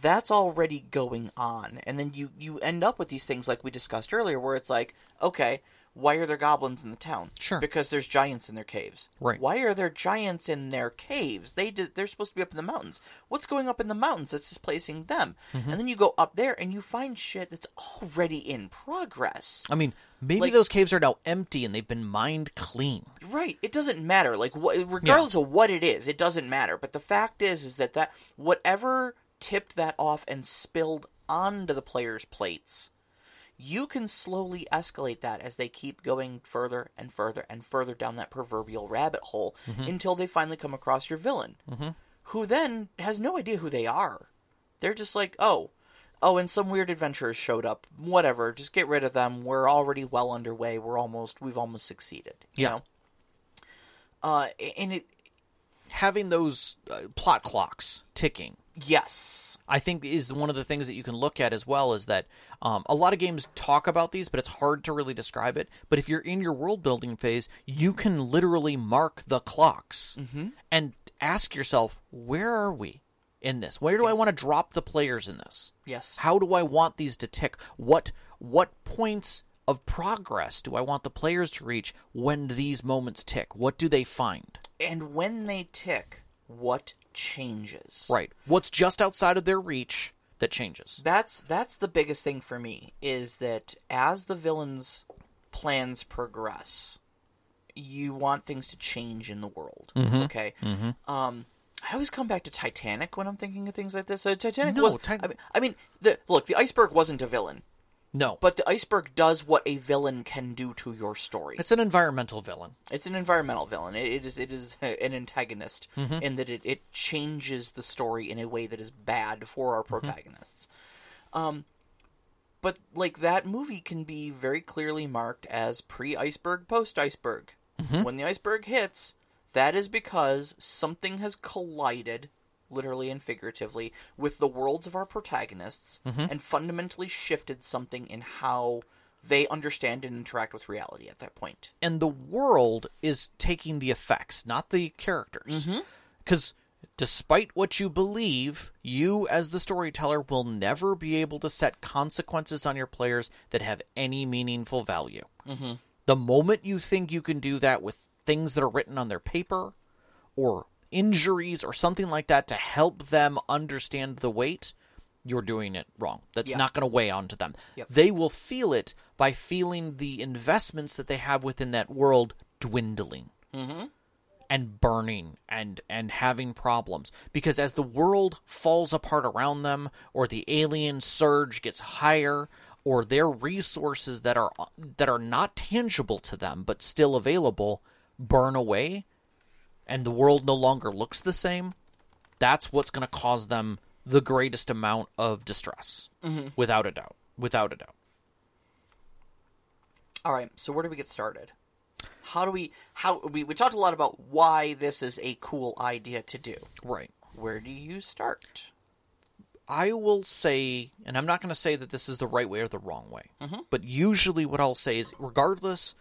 Speaker 1: that's already going on and then you you end up with these things like we discussed earlier where it's like okay why are there goblins in the town
Speaker 2: Sure.
Speaker 1: because there's giants in their caves
Speaker 2: Right.
Speaker 1: why are there giants in their caves they di- they're supposed to be up in the mountains what's going up in the mountains that's displacing them and then you go up there and you find shit that's already in progress
Speaker 2: i mean maybe
Speaker 1: Like-
Speaker 2: those caves are now empty and they've been mined clean
Speaker 1: Right. It doesn't matter. Like what, regardless of what it is, it doesn't matter. But the fact is, is that that whatever tipped that off and spilled onto the players' plates, you can slowly escalate that as they keep going further and further and further down that proverbial rabbit hole until they finally come across your villain, who then has no idea who they are. They're just like, oh, oh, and some weird adventurers showed up. Whatever, just get rid of them. We're already well underway. We're almost, we've almost succeeded. You
Speaker 2: Yeah.
Speaker 1: know? Uh, and it,
Speaker 2: having those uh, plot clocks ticking
Speaker 1: yes,
Speaker 2: I think is one of the things that you can look at as well is that um, a lot of games talk about these, but it's hard to really describe it. But if you're in your world building phase, you can literally mark the clocks and ask yourself, where are we in this? Where do I want to drop the players in this?
Speaker 1: yes,
Speaker 2: How do I want these to tick? What what points of progress do I want the players to reach when these moments tick? What do they find?
Speaker 1: and when they tick, what changes?
Speaker 2: Right. What's just outside of their reach that changes?
Speaker 1: That's that's the biggest thing for me is that as the villain's plans progress, you want things to change in the world. Okay. Um, I always come back to Titanic when I'm thinking of things like this. So Titanic
Speaker 2: No,
Speaker 1: was.
Speaker 2: Ti-
Speaker 1: I mean, I mean the, look, the iceberg wasn't a villain,
Speaker 2: No.
Speaker 1: but the iceberg does what a villain can do to your story.
Speaker 2: It's an environmental villain.
Speaker 1: It's an environmental villain. It, it is it is an antagonist in that it, it changes the story in a way that is bad for our protagonists. Um, but like that movie can be very clearly marked as pre iceberg, post iceberg. When the iceberg hits, that is because something has collided, literally and figuratively, with the worlds of our protagonists and fundamentally shifted something in how they understand and interact with reality at that point.
Speaker 2: And the world is taking the effects, not the characters. Because despite what you believe, you as the storyteller will never be able to set consequences on your players that have any meaningful value. Mm-hmm. The moment you think you can do that with things that are written on their paper or injuries or something like that to help them understand the weight, you're doing it wrong. That's
Speaker 1: Yeah.
Speaker 2: not going to weigh onto them.
Speaker 1: Yep.
Speaker 2: They will feel it by feeling the investments that they have within that world dwindling and burning and and having problems because as the world falls apart around them or the alien surge gets higher or their resources that are that are not tangible to them but still available burn away and the world no longer looks the same that's what's going to cause them the greatest amount of distress without a doubt without a doubt
Speaker 1: All right, so where do we get started? How do we how we we talked a lot about why this is a cool idea to do.
Speaker 2: right
Speaker 1: Where do you start?
Speaker 2: I will say, and I'm not going to say that this is the right way or the wrong way, but usually what I'll say is, regardless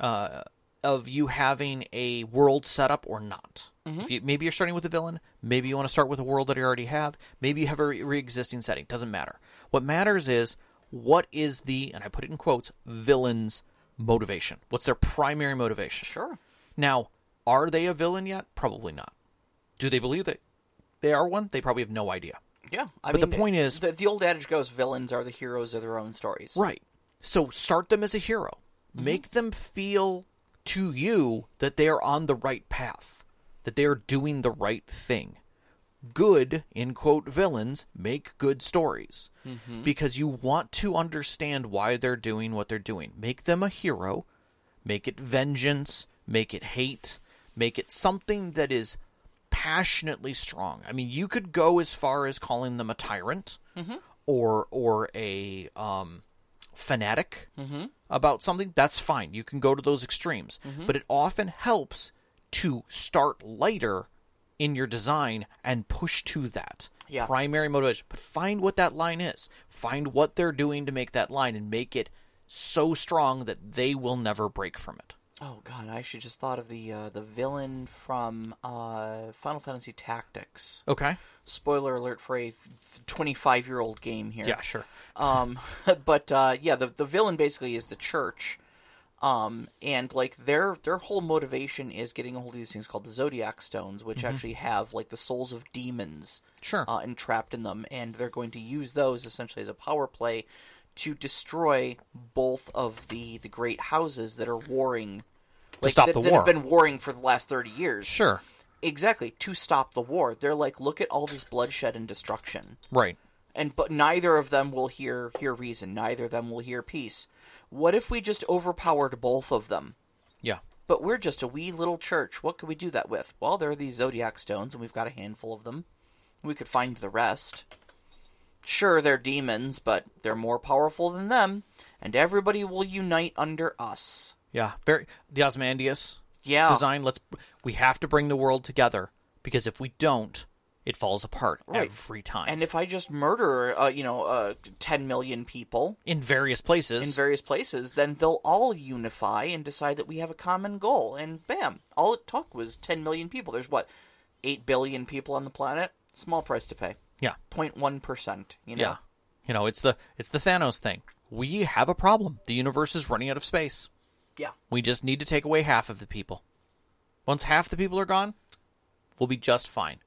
Speaker 2: uh, of you having a world setup or not, if you, maybe you're starting with a villain, maybe you want to start with a world that you already have, maybe you have a re existing setting, doesn't matter. What matters is, what is the, and I put it in quotes, villain's motivation? What's their primary motivation?
Speaker 1: Sure.
Speaker 2: Now, are they a villain yet? Probably not. Do they believe that they are one? They probably have no idea.
Speaker 1: Yeah, I
Speaker 2: But the
Speaker 1: mean,
Speaker 2: point is-
Speaker 1: the, the old adage goes: villains are the heroes of their own stories.
Speaker 2: Right. So start them as a hero. Make them feel to you that they are on the right path, that they are doing the right thing. good in quote villains make good stories because you want to understand why they're doing what they're doing make them a hero make it vengeance make it hate make it something that is passionately strong i mean you could go as far as calling them a tyrant or or a um fanatic about something, that's fine. You can go to those extremes. But it often helps to start lighter in your design and push to that
Speaker 1: Yeah.
Speaker 2: primary motivation. But find what that line is, find what they're doing to make that line and make it so strong that they will never break from it.
Speaker 1: Oh god, I actually just thought of the uh, the villain from uh, Final Fantasy Tactics.
Speaker 2: Okay.
Speaker 1: Spoiler alert for a twenty five year old game here.
Speaker 2: Yeah, sure.
Speaker 1: Um, but uh, yeah, the the villain basically is the church, um, and like their their whole motivation is getting a hold of these things called the zodiac stones, which actually have like the souls of demons
Speaker 2: Mm-hmm. Sure.
Speaker 1: uh, entrapped in them, and they're going to use those essentially as a power play to destroy both of the the great houses that are warring. Like,
Speaker 2: stop
Speaker 1: that,
Speaker 2: the
Speaker 1: that
Speaker 2: war.
Speaker 1: have been warring for the last thirty years.
Speaker 2: sure.
Speaker 1: Exactly to stop the war. They're like, look at all this bloodshed and destruction
Speaker 2: Right.
Speaker 1: and but neither of them will hear hear reason neither of them will hear peace what if we just overpowered both of them
Speaker 2: Yeah.
Speaker 1: but we're just a wee little church what could we do that with well there are these zodiac stones and we've got a handful of them we could find the rest sure they're demons but they're more powerful than them and everybody will unite under us
Speaker 2: Yeah. Very the Osmandius
Speaker 1: yeah
Speaker 2: design, let's we have to bring the world together because if we don't, it falls apart
Speaker 1: Right.
Speaker 2: every time.
Speaker 1: and if i just murder uh, you know uh, 10 million people
Speaker 2: in various places.
Speaker 1: in various places, then they'll all unify and decide that we have a common goal. And bam, all it took was 10 million people. There's what, 8 billion people on the planet? Small price to pay.
Speaker 2: yeah.
Speaker 1: 0.1%, you know?
Speaker 2: Yeah. You know, it's the it's the Thanos thing. We have a problem. The universe is running out of space.
Speaker 1: Yeah.
Speaker 2: We just need to take away half of the people. Once half the people are gone, we'll be just fine.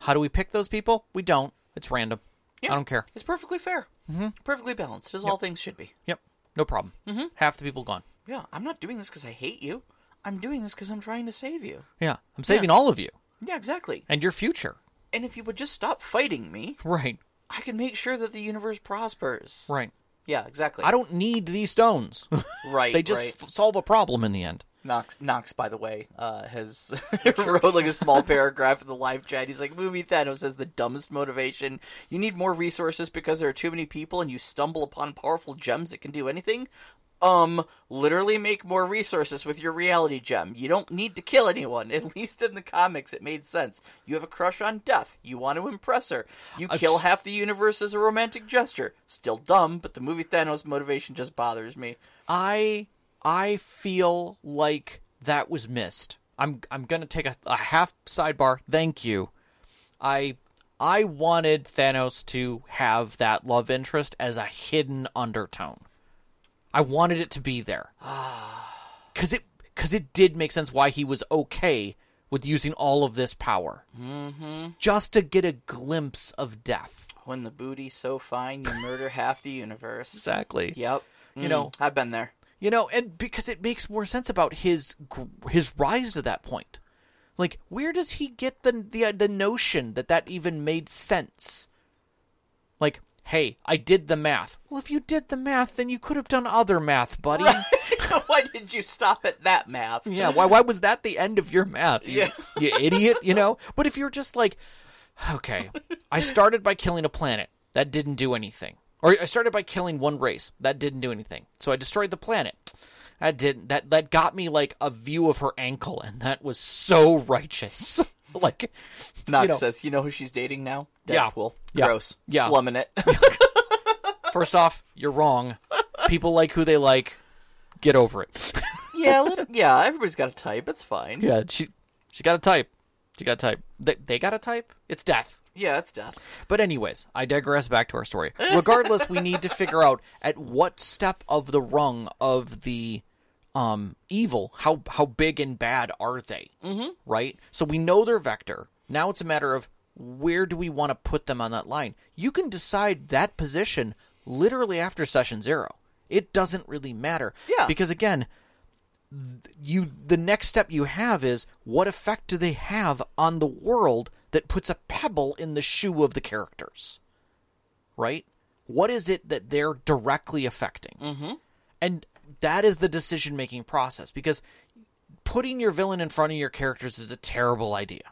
Speaker 2: How do we pick those people? We don't. It's random.
Speaker 1: Yeah.
Speaker 2: I don't care.
Speaker 1: It's perfectly fair. Mm-hmm. Perfectly balanced, as all things should be.
Speaker 2: Yep. No problem. Mm-hmm. Half the people gone.
Speaker 1: Yeah, I'm not doing this because I hate you. I'm doing this because I'm trying to save you.
Speaker 2: Yeah. I'm saving all of you
Speaker 1: Yeah, exactly.
Speaker 2: and your future.
Speaker 1: And if you would just stop fighting me,
Speaker 2: Right.
Speaker 1: I can make sure that the universe prospers.
Speaker 2: Right.
Speaker 1: Yeah, exactly.
Speaker 2: I don't need these stones.
Speaker 1: right,
Speaker 2: they just
Speaker 1: right.
Speaker 2: f- solve a problem in the end.
Speaker 1: Knox, Knox, by the way, uh, has wrote like a small paragraph in the live chat. He's like, "Movie Thanos has the dumbest motivation. You need more resources because there are too many people, and you stumble upon powerful gems that can do anything. Um, literally make more resources with your reality gem. You don't need to kill anyone. At least in the comics, it made sense. You have a crush on Death. You want to impress her. You kill half the universe as a romantic gesture. Still dumb, but the movie Thanos motivation just bothers me.
Speaker 2: I I feel like that was missed. I'm I'm gonna take a, a half sidebar. Thank you. I I wanted Thanos to have that love interest as a hidden undertone. I wanted it to be there. Cause it cause it did make sense why he was okay with using all of this power. Mm-hmm. Just to get a glimpse of death.
Speaker 1: When the booty's so fine, you murder half the universe.
Speaker 2: Exactly.
Speaker 1: Yep. Mm,
Speaker 2: You know-
Speaker 1: I've been there.
Speaker 2: you know and because it makes more sense about his gr- his rise to that point like where does he get the the, uh, the notion that that even made sense like hey i did the math well if you did the math then you could have done other math buddy
Speaker 1: Why did you stop at that math?
Speaker 2: yeah why why was that the end of your math you,
Speaker 1: Yeah.
Speaker 2: you idiot you know but if you're just like okay i started by killing a planet that didn't do anything or i started by killing one race that didn't do anything so i destroyed the planet that didn't that that got me like a view of her ankle and that was so righteous like
Speaker 1: Knox
Speaker 2: you know.
Speaker 1: says, you know who she's dating now?
Speaker 2: Yeah.
Speaker 1: Deadpool.
Speaker 2: Yeah.
Speaker 1: Gross.
Speaker 2: Yeah.
Speaker 1: Slumming it.
Speaker 2: first off you're wrong people like who they like get over it
Speaker 1: yeah, let it- yeah, everybody's got a type. It's fine. Yeah,
Speaker 2: yeah she she got a type she got a type they, they got a type it's death
Speaker 1: it's death.
Speaker 2: But anyways, I digress back to our story. Regardless, we need to figure out at what step of the rung of the um evil, how how big and bad are they? Mm-hmm. Right? So we know their vector. Now it's a matter of where do we want to put them on that line? You can decide that position literally after session 0. It doesn't really matter.
Speaker 1: Yeah.
Speaker 2: Because again, you the next step you have is what effect do they have on the world that puts a pebble in the shoe of the characters. Right? What is it that they're directly affecting? Mm-hmm. And that is the decision making process because putting your villain in front of your characters is a terrible idea.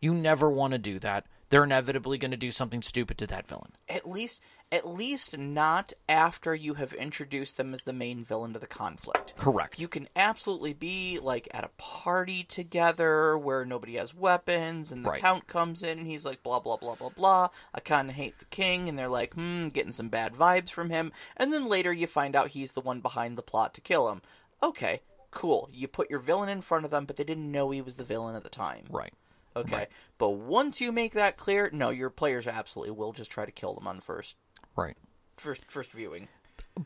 Speaker 2: You never want to do that. They're inevitably going to do something stupid to that villain.
Speaker 1: At least, at least not after you have introduced them as the main villain to the conflict.
Speaker 2: Correct.
Speaker 1: You can absolutely be like at a party together where nobody has weapons, and the
Speaker 2: Right.
Speaker 1: count comes in and he's like blah blah blah blah blah. I kind of hate the king, and they're like, hmm, getting some bad vibes from him. And then later you find out he's the one behind the plot to kill him. Okay, cool. You put your villain in front of them, but they didn't know he was the villain at the time.
Speaker 2: Right.
Speaker 1: Okay. But once you make that clear, no, your players absolutely will just try to kill them on first
Speaker 2: Right.
Speaker 1: first first viewing.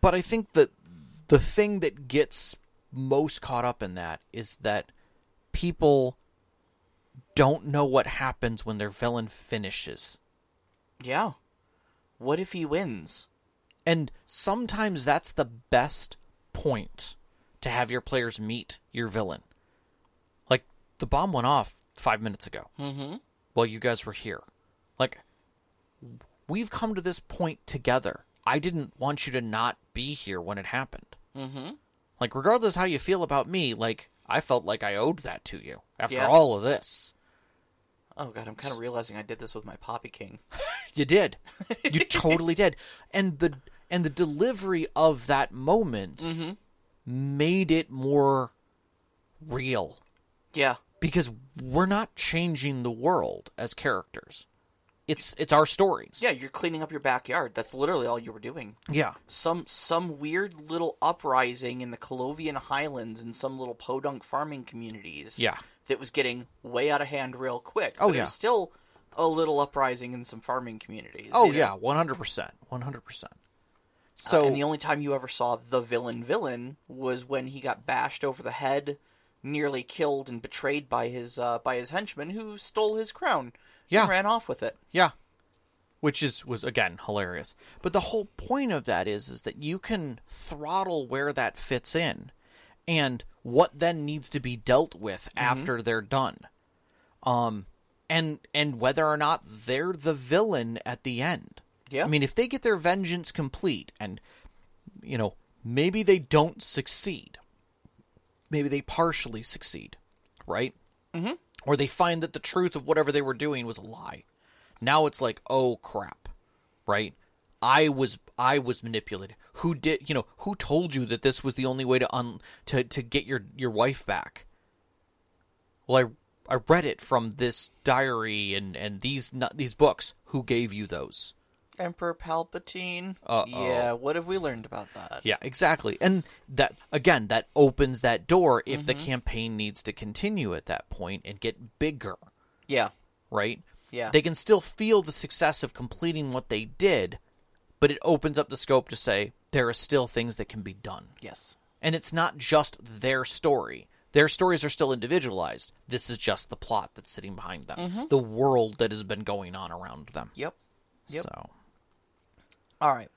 Speaker 2: but I think that the thing that gets most caught up in that is that people don't know what happens when their villain finishes.
Speaker 1: Yeah. What if he wins?
Speaker 2: And sometimes that's the best point to have your players meet your villain. Like the bomb went off five minutes ago. Mm-hmm. While you guys were here, like we've come to this point together. I didn't want you to not be here when it happened. Mm-hmm. Like regardless how you feel about me, like I felt like I owed that to you after
Speaker 1: Yeah.
Speaker 2: all of this.
Speaker 1: Oh god, I'm kind of realizing I did this with my Poppy King.
Speaker 2: You did. You totally did. And the and the delivery of that moment
Speaker 1: Mm-hmm.
Speaker 2: made it more real
Speaker 1: Yeah.
Speaker 2: because we're not changing the world as characters. It's it's our stories.
Speaker 1: Yeah, you're cleaning up your backyard. That's literally all you were doing.
Speaker 2: Yeah.
Speaker 1: Some some weird little uprising in the Colovian Highlands in some little podunk farming communities.
Speaker 2: Yeah.
Speaker 1: That was getting way out of hand real quick.
Speaker 2: Oh,
Speaker 1: but It
Speaker 2: yeah.
Speaker 1: was still a little uprising in some farming communities.
Speaker 2: Oh
Speaker 1: you know?
Speaker 2: yeah, 100%. 100%.
Speaker 1: So,
Speaker 2: So
Speaker 1: Uh, and the only time you ever saw the villain villain was when he got bashed over the head, nearly killed and betrayed by his uh, by his henchman who stole his crown.
Speaker 2: Yeah.
Speaker 1: and ran off with it.
Speaker 2: Yeah. Which is was again hilarious. But the whole point of that is is that you can throttle where that fits in and what then needs to be dealt with after they're done. Um and and whether or not they're the villain at the end.
Speaker 1: Yeah.
Speaker 2: I mean if they get their vengeance complete and you know, maybe they don't succeed. Maybe they partially succeed, right? or they find that the truth of whatever they were doing was a lie. Now it's like, oh crap, right? I was I was manipulated. Who did you know? Who told you that this was the only way to un to to get your your wife back? Well, I I read it from this diary and and these nu- these books. Who gave you those?
Speaker 1: Emperor Palpatine.
Speaker 2: Uh-oh.
Speaker 1: Yeah, what have we learned about that?
Speaker 2: Yeah, exactly. And that again, that opens that door if the campaign needs to continue at that point and get bigger.
Speaker 1: Yeah,
Speaker 2: right?
Speaker 1: Yeah.
Speaker 2: They can still feel the success of completing what they did, but it opens up the scope to say there are still things that can be done.
Speaker 1: yes,
Speaker 2: And it's not just their story. Their stories are still individualized. This is just the plot that's sitting behind them, the world that has been going on around them.
Speaker 1: Mm-hmm. yep. Yep.
Speaker 2: So,
Speaker 1: All right,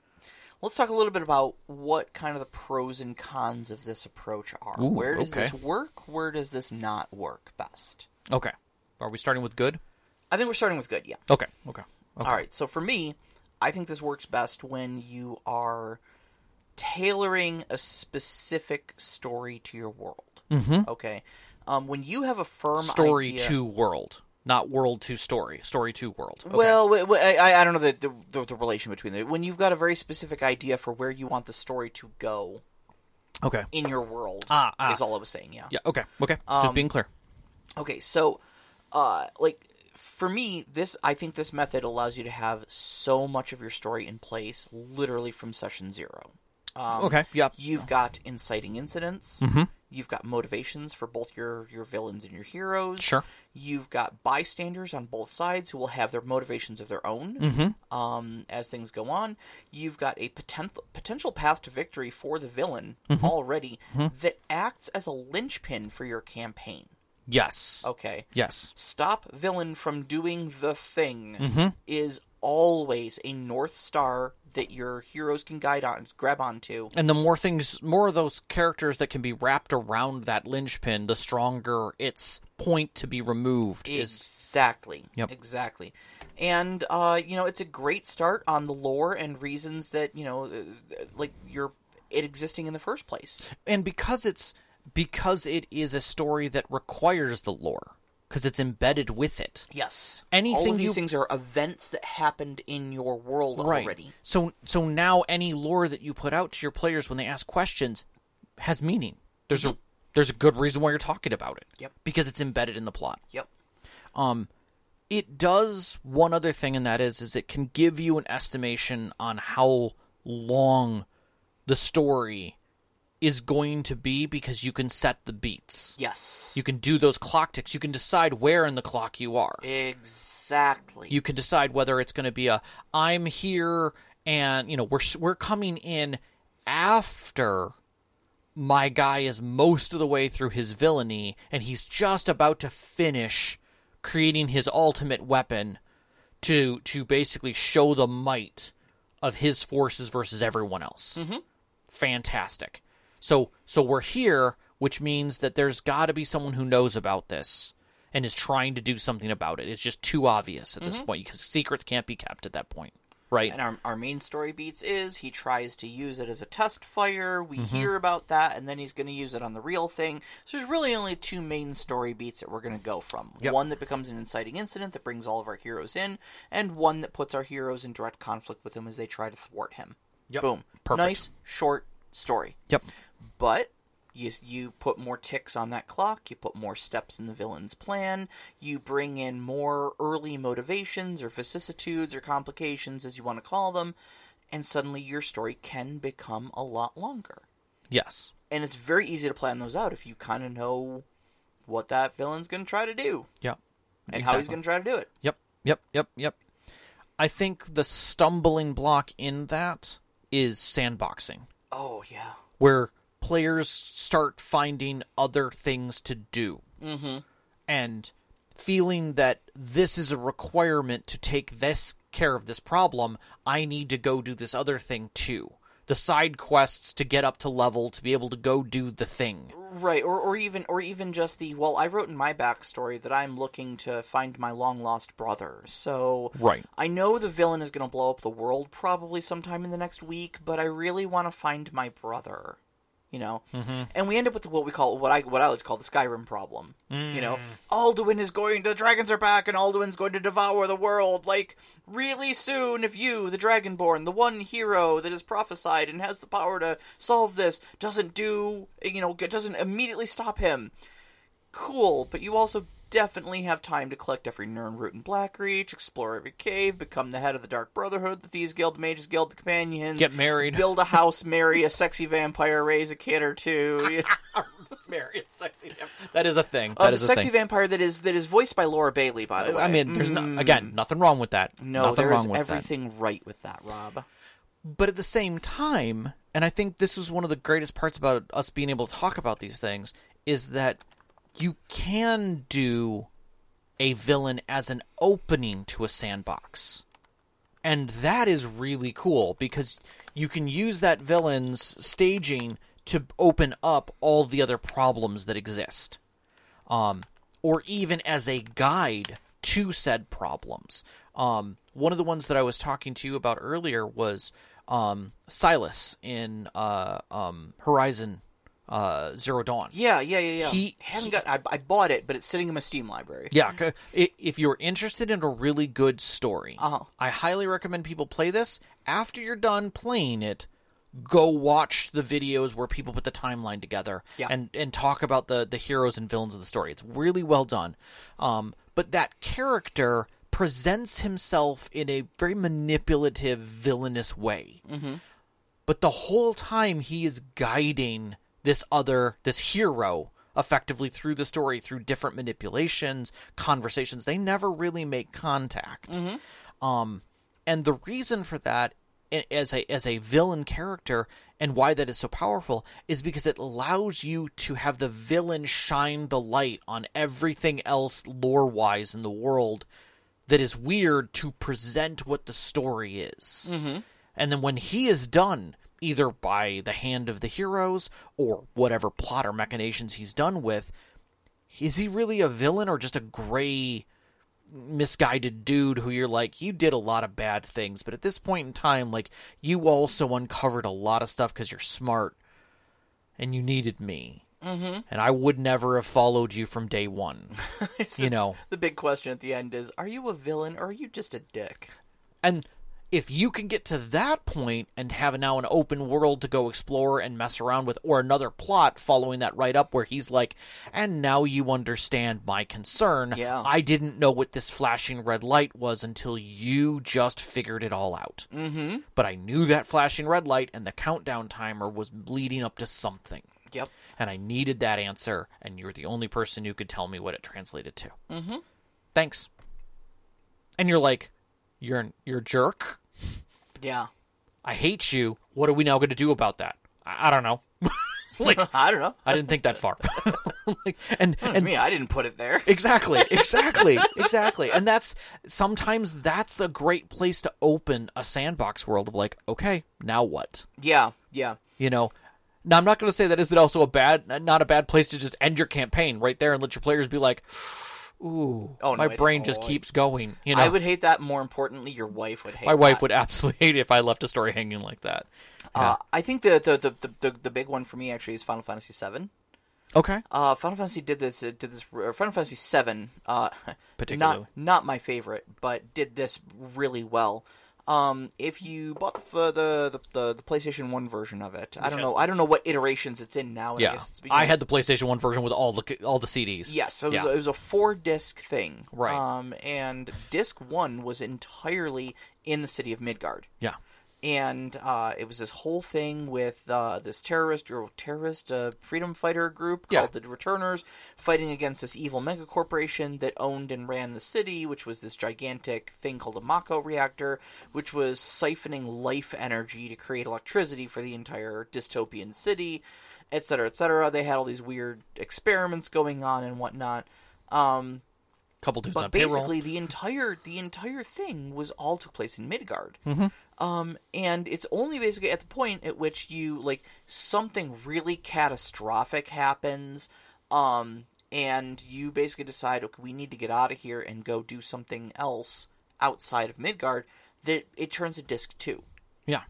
Speaker 1: let's talk a little bit about what kind of the pros and cons of this approach are.
Speaker 2: Ooh,
Speaker 1: where does
Speaker 2: okay.
Speaker 1: this work? Where does this not work best?
Speaker 2: okay. Are we starting with good?
Speaker 1: I think we're starting with good. Yeah.
Speaker 2: Okay. Okay. okay.
Speaker 1: All right. So for me, I think this works best when you are tailoring a specific story to your world. Mm-hmm. Okay. Um, when you have a firm
Speaker 2: Story
Speaker 1: idea-
Speaker 2: to world, not world to story. Story to world. Okay.
Speaker 1: Well, w- w- I- I, I don't know the, the the relation between them. When you've got a very specific idea for where you want the story to go
Speaker 2: okay.
Speaker 1: in your world,
Speaker 2: Ah, ah.
Speaker 1: is all I was saying. Yeah.
Speaker 2: Yeah. Okay. Okay. Just
Speaker 1: um,
Speaker 2: being clear.
Speaker 1: Okay, so uh like for me, this I think this method allows you to have so much of your story in place literally from session 0. Um,
Speaker 2: Okay. Yeah.
Speaker 1: You've got inciting incidents. You've got motivations for both your your villains and your heroes.
Speaker 2: Sure.
Speaker 1: You've got bystanders on both sides who will have their motivations of their own um, as things go on. You've got a potential potential path to victory for the villain already that acts as a linchpin for your campaign.
Speaker 2: Yes.
Speaker 1: Okay.
Speaker 2: Yes.
Speaker 1: Stop villain from doing the thing is always a north star that your heroes can guide on, grab onto.
Speaker 2: And the more things, more of those characters that can be wrapped around that linchpin, the stronger its point to be removed is.
Speaker 1: Exactly.
Speaker 2: Yep.
Speaker 1: Exactly. And uh, you know, it's a great start on the lore and reasons that you know, uh, like you're it existing in the first place.
Speaker 2: And because it's because it is a story that requires the lore, because it's embedded with it.
Speaker 1: Yes. All
Speaker 2: Anything
Speaker 1: of these
Speaker 2: you-
Speaker 1: things are events that happened in your world already.
Speaker 2: So so now any lore that you put out to your players when they ask questions has meaning. There's a there's a good reason why you're talking about it.
Speaker 1: Yep.
Speaker 2: Because it's embedded in the plot.
Speaker 1: Yep.
Speaker 2: It does one other thing and that is is it can give you an estimation on how long the story is going to be because you can set the beats.
Speaker 1: Yes.
Speaker 2: You can do those clock ticks. You can decide where in the clock you are.
Speaker 1: Exactly.
Speaker 2: you can decide whether it's going to be a I'm here and you know we're we're coming in after my guy is most of the way through his villainy and he's just about to finish creating his ultimate weapon to to basically show the might of his forces versus everyone else. Mm-hmm. Fantastic. So so we're here, which means that there's got to be someone who knows about this and is trying to do something about it. It's just too obvious at this point because secrets can't be kept at that point, right?
Speaker 1: Mm-hmm. and our, our main story beats is he tries to use it as a test fire. We
Speaker 2: Mm-hmm.
Speaker 1: hear about that, and then he's going to use it on the real thing. So there's really only two main story beats that we're going to go from
Speaker 2: Yep.
Speaker 1: one that becomes an inciting incident that brings all of our heroes in, and one that puts our heroes in direct conflict with him as they try to thwart him.
Speaker 2: Yep.
Speaker 1: Boom.
Speaker 2: Perfect.
Speaker 1: Nice, short story.
Speaker 2: Yep.
Speaker 1: But you, you put more ticks on that clock, you put more steps in the villain's plan, you bring in more early motivations or vicissitudes or complications, as you want to call them, and suddenly your story can become a lot longer.
Speaker 2: Yes.
Speaker 1: And it's very easy to plan those out if you kind of know what that villain's going to try to do
Speaker 2: Yep.
Speaker 1: and how he's
Speaker 2: Exactly.
Speaker 1: going to try to do it.
Speaker 2: Yep, yep, yep, yep. I think the stumbling block in that is sandboxing,
Speaker 1: Oh, yeah.
Speaker 2: where players start finding other things to do
Speaker 1: Mm-hmm.
Speaker 2: and feeling that this is a requirement to take this care of this problem, I need to go do this other thing too. The side quests to get up to level to be able to go do the thing.
Speaker 1: Right, or, or even or even just the well, I wrote in my backstory that I'm looking to find my long lost brother. So
Speaker 2: Right.
Speaker 1: I know the villain is going to blow up the world probably sometime in the next week, but I really want to find my brother. You know, mm-hmm. and we end up with what we call what I what I like to call the Skyrim problem. You know, Alduin is going. The dragons are back, and Alduin's going to devour the world like really soon. If you, the Dragonborn, the one hero that is prophesied and has the power to solve this, doesn't do you know doesn't immediately stop him, cool, but you also definitely have time to collect every Nern root in Blackreach, explore every cave, become the head of the Dark Brotherhood, the Thieves Guild, the Mages Guild, the Companions,
Speaker 2: Get married.
Speaker 1: build a house, marry a sexy vampire, raise a kid or two.
Speaker 2: married. Sexy. That is a thing.
Speaker 1: Um,
Speaker 2: That is a
Speaker 1: sexy
Speaker 2: thing.
Speaker 1: vampire that is that is voiced by Laura Bailey, by the way.
Speaker 2: I mean, there's
Speaker 1: Mm,
Speaker 2: no, again nothing wrong with that.
Speaker 1: no,
Speaker 2: nothing
Speaker 1: there
Speaker 2: wrong
Speaker 1: is
Speaker 2: with that.
Speaker 1: everything right with that, Rob.
Speaker 2: but at the same time, and I think this was one of the greatest parts about us being able to talk about these things, is that you can do a villain as an opening to a sandbox. And that is really cool because you can use that villain's staging to open up all the other problems that exist. Um, or even as a guide to said problems. Um, one of the ones that I was talking to you about earlier was um, Silas in uh, um, Horizon uh, Zero Dawn.
Speaker 1: Yeah, yeah, yeah, yeah.
Speaker 2: He-
Speaker 1: haven't got. I, I bought it, but it's sitting in my Steam library.
Speaker 2: Yeah, c- i- if you're interested in a really good story,
Speaker 1: Uh-huh.
Speaker 2: I highly recommend people play this. After you're done playing it, go watch the videos where people put the timeline together
Speaker 1: Yeah.
Speaker 2: and and talk about the the heroes and villains of the story. It's really well done. Um, but that character presents himself in a very manipulative, villainous way but the whole time he is guiding this other this hero effectively through the story through different manipulations conversations they never really make contact um and the reason for that i- as a as a villain character and why that is so powerful is because it allows you to have the villain shine the light on everything else lore wise in the world that is weird to present what the story is And then when he is done, either by the hand of the heroes or whatever plot or machinations he's done with, is he really a villain or just a gray, misguided dude who you're like, you did a lot of bad things, but at this point in time, like, you also uncovered a lot of stuff because you're smart and you needed me. Mm-hmm. And I would never have followed you from day one. you know,
Speaker 1: The big question at the end is are you a villain or are you just a dick?
Speaker 2: And if you can get to that point and have now an open world to go explore and mess around with, or another plot following that right up where he's like, and now you understand my concern.
Speaker 1: Yeah.
Speaker 2: I didn't know what this flashing red light was until you just figured it all out.
Speaker 1: Mm-hmm.
Speaker 2: But I knew that flashing red light and the countdown timer was leading up to something.
Speaker 1: Yep.
Speaker 2: And I needed that answer, and you're the only person who could tell me what it translated to.
Speaker 1: Mm-hmm.
Speaker 2: Thanks. And you're like, you're an, you're a jerk.
Speaker 1: Yeah.
Speaker 2: I hate you. What are we now going to do about that? I, I don't know. like
Speaker 1: I don't know.
Speaker 2: I didn't think that far. like, and
Speaker 1: I
Speaker 2: and
Speaker 1: mean, I didn't put it there.
Speaker 2: exactly, exactly, exactly. And that's sometimes that's a great place to open a sandbox world of like, okay, now what?
Speaker 1: Yeah. Yeah.
Speaker 2: You know. Now I'm not going to say that isn't also a bad, not a bad place to just end your campaign right there and let your players be like, "Ooh,
Speaker 1: Oh, no,
Speaker 2: my
Speaker 1: I-
Speaker 2: brain just
Speaker 1: oh, I-
Speaker 2: keeps going." You know,
Speaker 1: I would hate that. More importantly, your wife would hate.
Speaker 2: my wife
Speaker 1: that.
Speaker 2: would absolutely hate it if I left a story hanging like that.
Speaker 1: Uh, I think the the, the the the the big one for me actually is Final Fantasy VII.
Speaker 2: Okay,
Speaker 1: Uh, Final Fantasy did this. It did this. Or Final Fantasy VII, uh,
Speaker 2: Particularly.
Speaker 1: not not my favorite, but did this really well. Um, if you bought the the, the, the, the PlayStation One version of it, I don't know. I don't know what iterations it's in now. and I,
Speaker 2: yeah,
Speaker 1: guess it's
Speaker 2: I
Speaker 1: because-
Speaker 2: had the PlayStation One version with all the all the CDs.
Speaker 1: Yes, it was,
Speaker 2: Yeah.
Speaker 1: it was a four disc thing.
Speaker 2: Right.
Speaker 1: Um, and disc one was entirely in the city of Midgard.
Speaker 2: yeah,
Speaker 1: And uh, it was this whole thing with uh, this terrorist or terrorist uh, freedom fighter group
Speaker 2: Yeah.
Speaker 1: called the Returners fighting against this evil mega corporation that owned and ran the city, which was this gigantic thing called a Mako reactor, which was siphoning life energy to create electricity for the entire dystopian city, et cetera, et cetera. They had all these weird experiments going on and whatnot. Um,
Speaker 2: couple dudes on
Speaker 1: but
Speaker 2: payroll.
Speaker 1: basically the entire the entire thing was all took place in Midgard.
Speaker 2: Mm-hmm.
Speaker 1: Um, and it's only basically at the point at which you like something really catastrophic happens, um, and you basically decide, okay, we need to get out of here and go do something else outside of Midgard. That it turns to disc two.
Speaker 2: Yeah,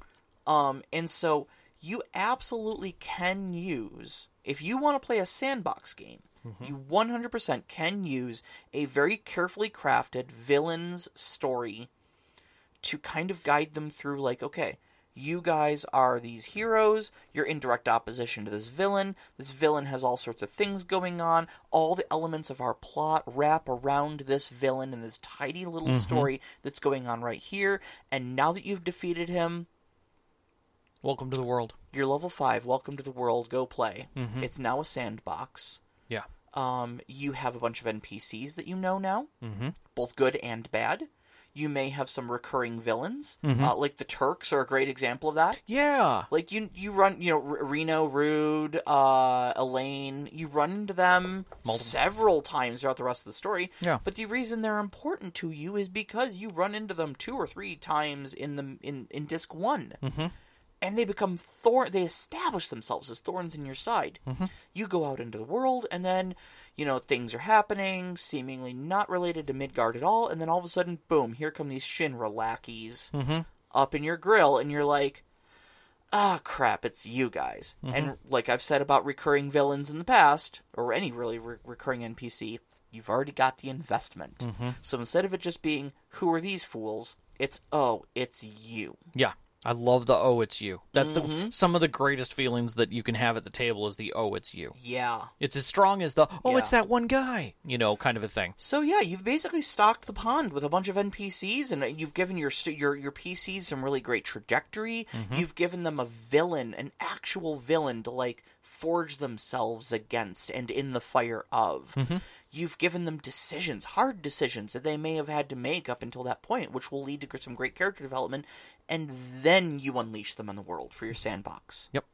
Speaker 1: Um, and so you absolutely can use, if you want to play a sandbox game, you 100% can use a very carefully crafted villain's story to kind of guide them through, like, okay, you guys are these heroes, you're in direct opposition to this villain, this villain has all sorts of things going on, all the elements of our plot wrap around this villain and this tidy little story that's going on right here, and now that you've defeated him,
Speaker 2: welcome to the world.
Speaker 1: you're level five. Welcome to the world. Go play. It's now a sandbox.
Speaker 2: Yeah,
Speaker 1: Um, you have a bunch of NPCs that you know now,
Speaker 2: mm-hmm.
Speaker 1: both good and bad. You may have some recurring villains, uh, like the Turks are a great example of that.
Speaker 2: yeah,
Speaker 1: Like you, you run, you know, R- Reno, Rude, uh, Elaine. You run into them
Speaker 2: Multiple-
Speaker 1: several times throughout the rest of the story.
Speaker 2: Yeah.
Speaker 1: But the reason they're important to you is because you run into them two or three times in the in in disc one, mm-hmm. and they become thorn. They establish themselves as thorns in your side.
Speaker 2: Mm-hmm.
Speaker 1: You go out into the world, and then you know things are happening, seemingly not related to Midgard at all, and then all of a sudden, boom! Here come these Shinra lackeys
Speaker 2: Mm-hmm.
Speaker 1: up in your grill, and you're like ah crap it's you guys and like i've said about recurring villains in the past or any really re- recurring npc you've already got the investment so instead of it just being who are these fools it's oh it's you
Speaker 2: yeah. I love the oh, it's you. That's
Speaker 1: Mm-hmm.
Speaker 2: the some of the greatest feelings that you can have at the table is the oh, it's you.
Speaker 1: yeah
Speaker 2: It's as strong as the oh, it's
Speaker 1: Yeah.
Speaker 2: that one guy. You know, kind of a thing.
Speaker 1: so yeah you've basically stocked the pond with a bunch of npcs and you've given your st- your your pcs some really great trajectory you've given them a villain an actual villain to like forge themselves against and in the fire of you've given them decisions, hard decisions that they may have had to make up until that point, which will lead to some great character development, and then you unleash them on the world for your sandbox.
Speaker 2: Yep.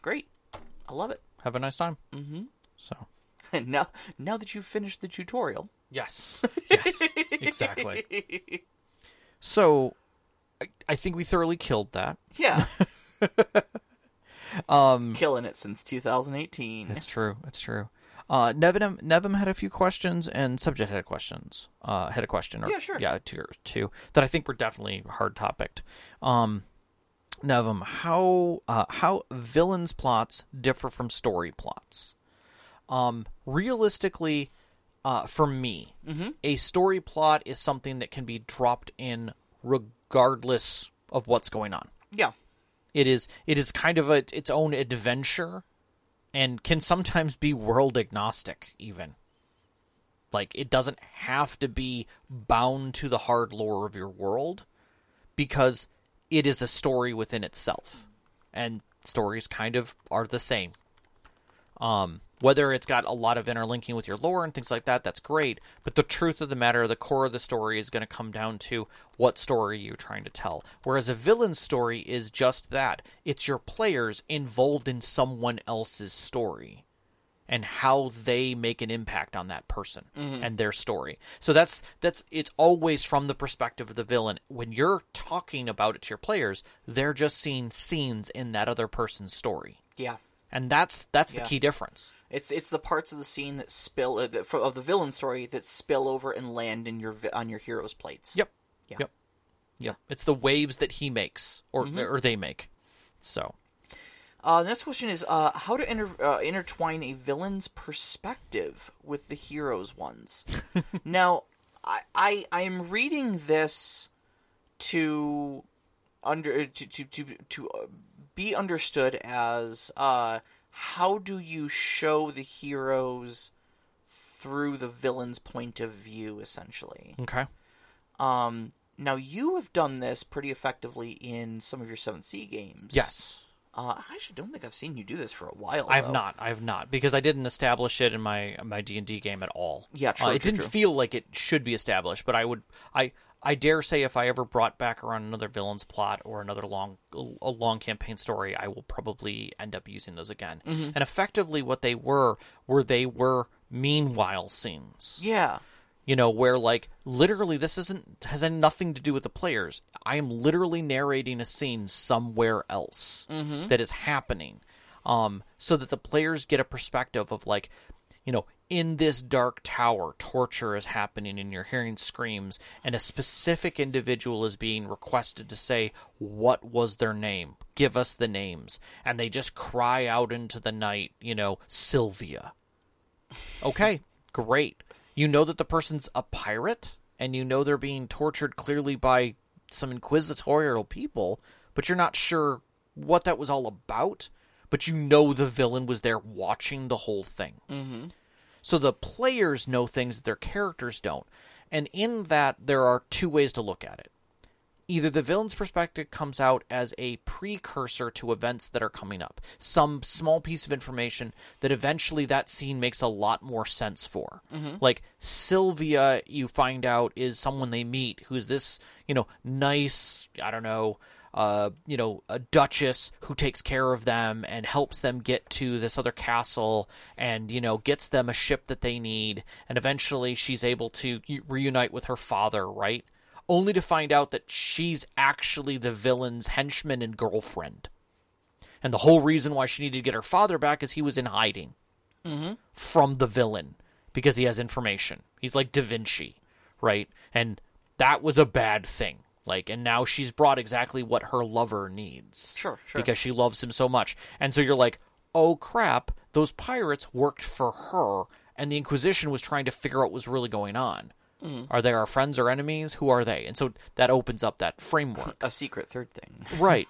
Speaker 1: Great. I love it.
Speaker 2: Have a nice time.
Speaker 1: hmm
Speaker 2: So
Speaker 1: And now, now that you've finished the tutorial,
Speaker 2: yes, yes, exactly. So I, I think we thoroughly killed that.
Speaker 1: Yeah.
Speaker 2: Um,
Speaker 1: Killing it since 2018.
Speaker 2: It's true. It's true. Uh, Nevin Nevin had a few questions, and subject had questions. Uh, had a question, or
Speaker 1: Yeah, sure.
Speaker 2: yeah, two or two that I think were definitely hard topicked. Um, Nevin, how uh, how villains plots differ from story plots? Um, realistically, uh, for me,
Speaker 1: Mm-hmm.
Speaker 2: a story plot is something that can be dropped in regardless of what's going on
Speaker 1: Yeah.
Speaker 2: it is it is kind of a, its own adventure and can sometimes be world agnostic even like it doesn't have to be bound to the hard lore of your world because it is a story within itself and stories kind of are the same um whether it's got a lot of interlinking with your lore and things like that that's great but the truth of the matter the core of the story is going to come down to what story you're trying to tell whereas a villain's story is just that it's your players involved in someone else's story and how they make an impact on that person and their story. So that's that's it's always from the perspective of the villain. When you're talking about it to your players, they're just seeing scenes in that other person's story.
Speaker 1: Yeah.
Speaker 2: And that's that's the key difference.
Speaker 1: It's it's the parts of the scene that spill uh, that, of the villain story that spill over and land in your vi- on your hero's plates.
Speaker 2: Yep.
Speaker 1: Yeah. Mm-hmm.
Speaker 2: Yep. Yep. It's the waves that he makes or or they make. So,
Speaker 1: Uh, the next question is uh, how to inter- uh, intertwine a villain's perspective with the hero's ones. now, I, I I am reading this to under uh, to to to, to uh, be understood as uh, how do you show the heroes through the villain's point of view, essentially.
Speaker 2: okay.
Speaker 1: Um, now you have done this pretty effectively in some of your Seven C games.
Speaker 2: Yes.
Speaker 1: Uh, I actually don't think I've seen you do this for a while.
Speaker 2: I've
Speaker 1: though.
Speaker 2: not. I've not because I didn't establish it in my my D and D game at all.
Speaker 1: Yeah, true,
Speaker 2: Uh, it
Speaker 1: true,
Speaker 2: didn't
Speaker 1: true.
Speaker 2: feel like it should be established, but I would. I I dare say if I ever brought back around another villain's plot or another long a long campaign story, I will probably end up using those again.
Speaker 1: Mm-hmm.
Speaker 2: And effectively, what they were were they were meanwhile scenes
Speaker 1: Yeah.
Speaker 2: you know where like literally this isn't has nothing to do with the players i am literally narrating a scene somewhere else that is happening um so that the players get a perspective of like you know in this dark tower torture is happening and you're hearing screams and a specific individual is being requested to say what was their name give us the names and they just cry out into the night you know sylvia Okay, great. You know that the person's a pirate, and you know they're being tortured clearly by some inquisitorial people, but you're not sure what that was all about. But you know the villain was there watching the whole thing. Mm-hmm. So the players know things that their characters don't. And in that, there are two ways to look at it. Either the villain's perspective comes out as a precursor to events that are coming up, some small piece of information that eventually that scene makes a lot more sense for. Like Sylvia, you find out is someone they meet who's this, you know, nice, I don't know, uh, you know, a duchess who takes care of them and helps them get to this other castle and, you know, gets them a ship that they need. And eventually she's able to u- reunite with her father, right? Only to find out that she's actually the villain's henchman and girlfriend. And the whole reason why she needed to get her father back is he was in hiding
Speaker 1: Mm-hmm.
Speaker 2: from the villain because he has information. He's like Da Vinci, right? And that was a bad thing. Like, and now she's brought exactly what her lover needs.
Speaker 1: Sure, sure.
Speaker 2: Because she loves him so much. And so you're like, oh crap, those pirates worked for her, and the Inquisition was trying to figure out what was really going on.
Speaker 1: Mm.
Speaker 2: Are they our friends or enemies? Who are they? And so that opens up that framework.
Speaker 1: A secret third thing.
Speaker 2: Right.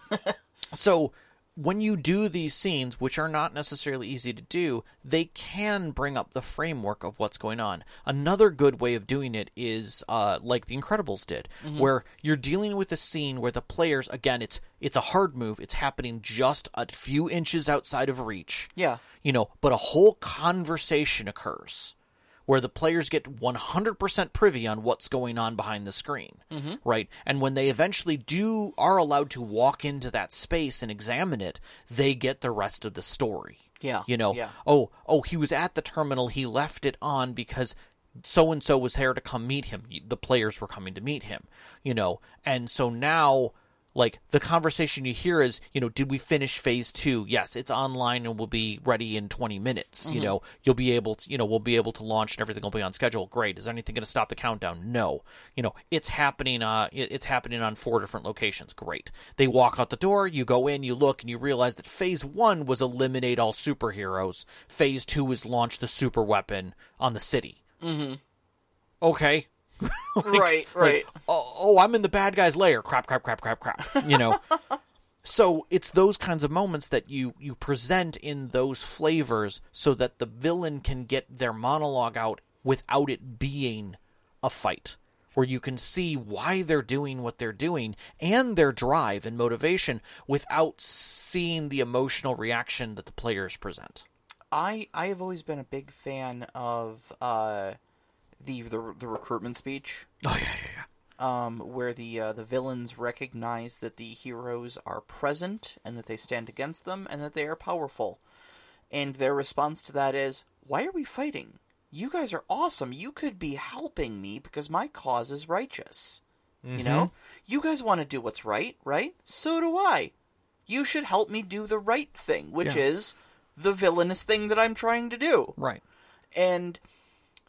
Speaker 2: so when you do these scenes, which are not necessarily easy to do, they can bring up the framework of what's going on. Another good way of doing it is uh, like The Incredibles did, where you're dealing with a scene where the players, again, it's it's a hard move. It's happening just a few inches outside of reach
Speaker 1: Yeah.
Speaker 2: you know, but a whole conversation occurs where the players get 100% privy on what's going on behind the screen,
Speaker 1: Mm-hmm.
Speaker 2: right? And when they eventually do are allowed to walk into that space and examine it, they get the rest of the story.
Speaker 1: Yeah,
Speaker 2: You know,
Speaker 1: yeah.
Speaker 2: oh, oh, he was at the terminal, he left it on because so and so was there to come meet him. The players were coming to meet him, you know. And so now like the conversation you hear is, you know, did we finish phase 2? Yes, it's online and will be ready in 20 minutes, you know. You'll be able to, you know, we'll be able to launch and everything will be on schedule. Great. Is anything going to stop the countdown? No. You know, it's happening uh it- it's happening on four different locations. Great. They walk out the door, you go in, you look and you realize that phase 1 was eliminate all superheroes. Phase 2 is launch the super weapon on the city. Mhm. Okay,
Speaker 1: right, right.
Speaker 2: oh, oh, I'm in the bad guy's lair. Crap, crap, crap, crap, crap. You know. so it's those kinds of moments that you you present in those flavors so that the villain can get their monologue out without it being a fight where you can see why they're doing what they're doing and their drive and motivation without seeing the emotional reaction that the players present.
Speaker 1: I I have always been a big fan of uh, the, the the recruitment speech,
Speaker 2: Oh yeah, yeah, yeah.
Speaker 1: um, where the uh, the villains recognize that the heroes are present and that they stand against them and that they are powerful, and their response to that is, "Why are we fighting? You guys are awesome. You could be helping me because my cause is righteous. You know, you guys want to do what's right, right? So do I. You should help me do the right thing, which
Speaker 2: Yeah.
Speaker 1: is." The villainous thing that I'm trying to do
Speaker 2: Right.
Speaker 1: and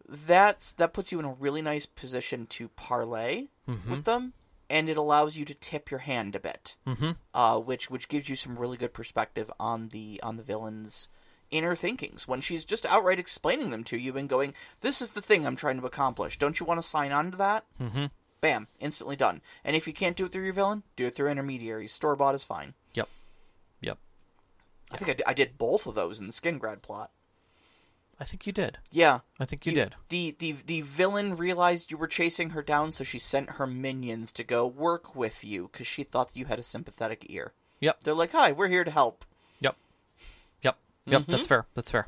Speaker 1: that's that puts you in a really nice position to parlay with them and it allows you to tip your hand a bit mm-hmm. uh, which which gives you some really good perspective on the on the villain's inner thinkings when she's just outright explaining them to you and going this is the thing i'm trying to accomplish don't you want to sign on to that mm-hmm. bam instantly done and if you can't do it through your villain do it through intermediaries store bought is fine
Speaker 2: Yep. Yep.
Speaker 1: i think I di- I did both of those in the skin grad plot
Speaker 2: I think you did.
Speaker 1: yeah
Speaker 2: I think you did.
Speaker 1: the the the villain realized you were chasing her down, so she sent her minions to go work with you because she thought you had a sympathetic ear.
Speaker 2: Yep.
Speaker 1: They're like, "Hi, we're here to help."
Speaker 2: Yep. Yep. Yep. That's fair. That's fair.